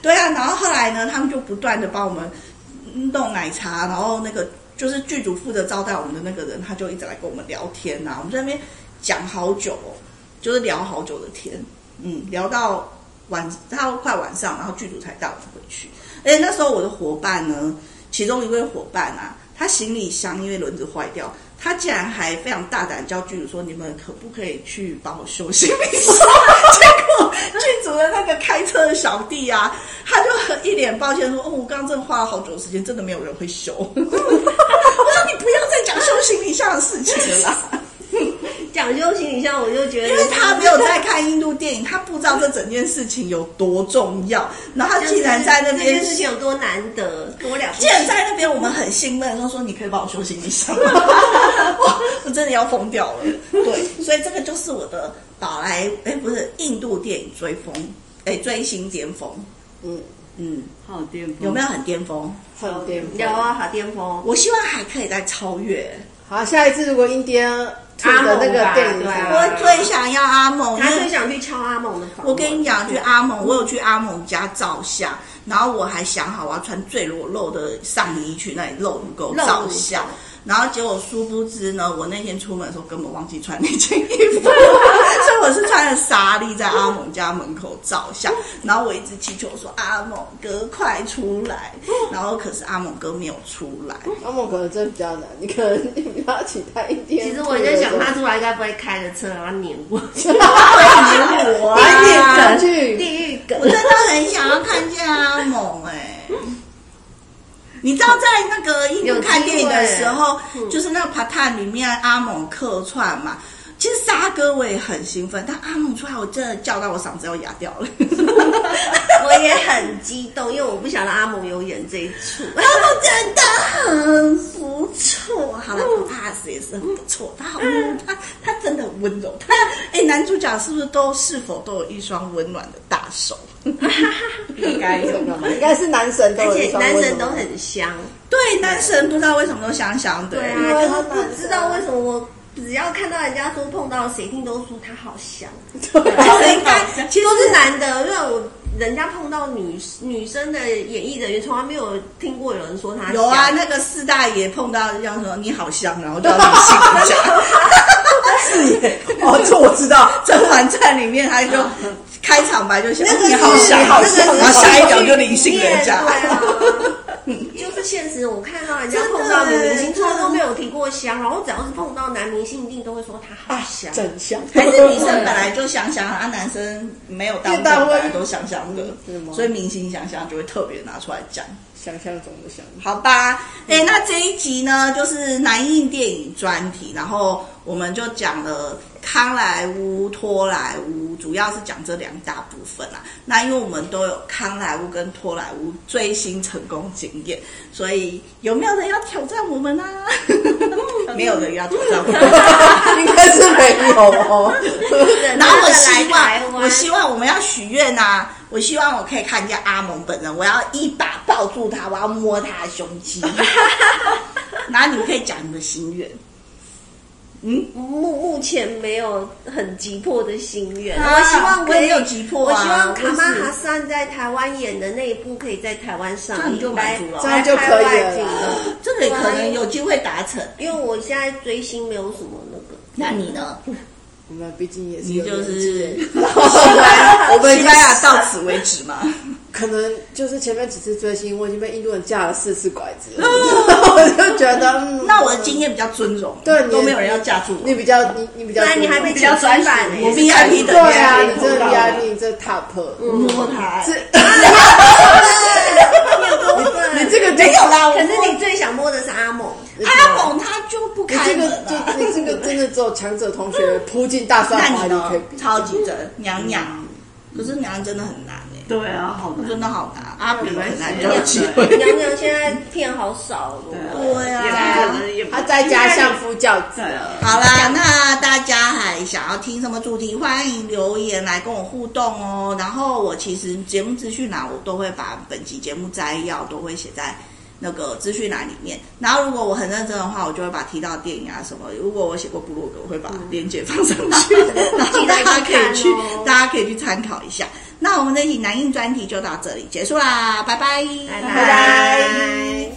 A: 对啊。然后后来呢，他们就不断的帮我们弄奶茶，然后那个就是剧组负责招待我们的那个人，他就一直来跟我们聊天啊呐、我们在那边讲好久哦，就是聊好久的天，嗯，聊到晚到快晚上，然后剧组才带我们回去。而且那时候我的伙伴呢，其中一位伙伴啊，他行李箱因为轮子坏掉，他竟然还非常大胆叫剧组说：“你们可不可以去帮我修行李 <laughs> 箱？”结果剧组的那个开车的小弟啊，他就很一脸抱歉说：“哦，我刚刚真的花了好久的时间，真的没有人会修。”我说：“你不要再讲修行李箱的事情了啦。”
B: <laughs> 讲究行李箱，我就觉得
A: 因为他没有在看印度电影，他不知道这整件事情有多重要，然后他竟然在那
B: 这
A: 边
B: 件事情有多难得，多了不
A: 既
B: 起。
A: 然在那边，我们很兴奋，他说：“你可以帮我修行李
B: <laughs>
A: 箱吗？”我我真的要疯掉了。对，所以这个就是我的宝莱，哎，不是印度电影追风，哎，追星巅峰。
C: 嗯，
A: 嗯，
D: 好巅峰，
A: 有没有很巅峰？
C: 很巅峰。
B: 有啊，好巅峰。
A: 我希望还可以再超越。
C: 好，下一次如果印第安土的那个电影是
B: 阿
C: 什
B: 蒙吧
C: 么，
A: 我最想要阿蒙，
B: 嗯他
A: 因为
B: 最想去敲阿猛的房门。
A: 我跟你讲，去阿蒙，我有去阿蒙家照相，然后我还想好我要穿最裸露的上衣去那里露乳沟照相，然后结果殊不知呢，我那天出门的时候根本忘记穿那件衣服， <laughs> 所以我是穿了纱丽在阿蒙家门口照相，然后我一直祈求说阿蒙哥快出来，然后可是阿蒙哥没有出来，
C: 阿梦可能真的比较难，你可能你比较期待印第安。
B: 其实我在想，他出来该不会开着车然后碾我？
A: 他黏我啊，
C: 来点证据，
B: 地狱 <laughs>
A: 我真
B: 梗。
A: 的很想要看见阿猛哎、你知道在那个印度看电影的时候，
B: 嗯
A: 就是那个 p a t a n 里面阿猛客串嘛。其实沙哥我也很兴奋，但阿猛出来我真的叫到我嗓子要哑掉了。
B: 我也很激动，因为我不晓得阿蒙有演这一出。
A: 然后真的很不错，好了，Pass 也是很不错，他好
B: 嗯
A: 温，他他真的很温柔。他哎、男主角是不是都是否都有一双温暖的大手？
D: 应该有
C: 真的吗应该是男神都
B: 而
C: 有
B: 且
C: 一双
B: 男
C: 温柔的，
B: 神都很香，
A: 对，男神不知道为什么都香香的。
B: 对啊，
C: 因为他
B: 就
C: 男生
B: 是不知道为什么我只要看到人家说碰到谁，一定都说他好香，
A: 对，
C: <laughs>
A: 应该其实
B: 都是男的，因为我人家碰到女女生的演艺人员，从来没有听过有人说他
A: 有啊，
B: 香
A: 那个四大爷碰到要说你好香，然后就要理性一
C: <laughs>
A: 下。
C: 哦，这我知 <laughs> 道，
A: 《甄嬛传》里面他就开场白就写哦
C: 那个
A: 你好香，
C: 是好香
A: 然后下一秒就理
B: 理
A: 性人家。
B: 啊
C: 啊
B: 就是现实，我看到人家
A: 真的
B: 碰到女明
A: 欸
B: 星，从来都没有提过香，然后只要是碰到男明星，一定都会说他好香。
A: 啊
C: 真香，
A: 还是女生本来就香香啊，男生没有当正本来都香香的
C: 是，吗
A: 所以明星香香就会特别拿出来讲。
C: 香香中的香。
A: 好吧，哎、那这一集呢，就是南印电影专题，然后我们就讲了康莱坞、托莱坞，主要是讲这两大部分啦。那因为我们都有康莱坞跟托莱坞追星成功经验，所以有没有人要挑战我们呢、啊？ <laughs> 没有人要挑战我们。
C: <laughs> 应该是没有哦。
A: <laughs> 然后我
B: 来
A: 希
B: 台
A: 望，
B: 湾
A: 我希望我们要许愿呐，我希望我可以看见阿蒙本人，我要一把抱住他，我要摸他的胸肌。
C: <laughs>
A: 然后你们可以讲你们的心愿。
B: 目目前没有很急迫的心愿，
A: 啊
B: 我希望
A: 可以
B: 可以
A: 有急迫啊
B: 我希望卡
A: 我
B: 曼
A: 也是
B: 哈桑在台湾演的那一部可以在台湾上
A: 这样
B: 映，
A: 你就满足了
B: 来
C: 这样就可以了
B: 来拍外
A: <laughs>
B: 景了。
A: 这个也可能有机会达成。
B: 因为我现在追星没有什么那个，
A: 那你呢？
C: 我们毕竟也是
A: 你
C: 有
A: 就
C: 年纪
A: 是
C: 了
A: 我
C: <laughs> 我们已
A: 西
C: 经
A: 班牙到此为止
C: <laughs>
A: 嘛？
C: 可能就是前面几次追星，我已经被印度人架了四次拐子了， <laughs> 我就觉得，嗯
A: 那我的经验比较尊荣，
C: 对你
A: 都没有人要嫁住
C: 你
A: 我。
C: 比较你你比较
B: 对，你还被
D: 比较
B: 请吃
D: 专属
B: 饭欸
A: 我 VIP 的
C: 对啊，
A: 人
C: 你这
A: 碰到
C: VIP 这 top，
A: 摸
C: <laughs>
A: 他，
C: 这
B: 你有多
C: 你
B: 笨
C: 这个就
A: 没有啦，我
B: <laughs> 可是
A: 摸 <laughs>
B: 你最想摸的是阿猛，
C: 那
A: 啊，
C: 个
A: 要拱他就不
C: 你
A: 开
C: 这
A: 门
C: 个
A: 了、
C: 就你这个真的只有强者同 <laughs> 学扑进大山
A: 那
C: 华
A: 你
C: 里可以
A: 呢
C: 比？
A: 超级真娘娘，可是娘娘真的很难哎、
D: 对啊，好难
A: 真的好难，阿比很难
D: 没
A: 有
D: 关
A: 机
D: 系
A: 会。
B: <laughs> 娘娘现在片好少哦，
A: 对啊
D: 也不可能，也不
C: 他在家相夫教子
D: 对，啊，
A: 好啦，那大家还想要听什么主题？欢迎留言来跟我互动哦。然后我其实节目资讯栏我都会把本集节目摘要都会写在那个资讯栏里面。然后如果我很认真的话，我就会把提到的电影啊什么。如果我写过部落格，我会把链接放上去，然后大家可以去
B: 记得去看哦，
A: 大家可以去参考一下。那我们这期南印专题就到这里结束啦，拜拜，
B: 拜
C: 拜
B: 拜。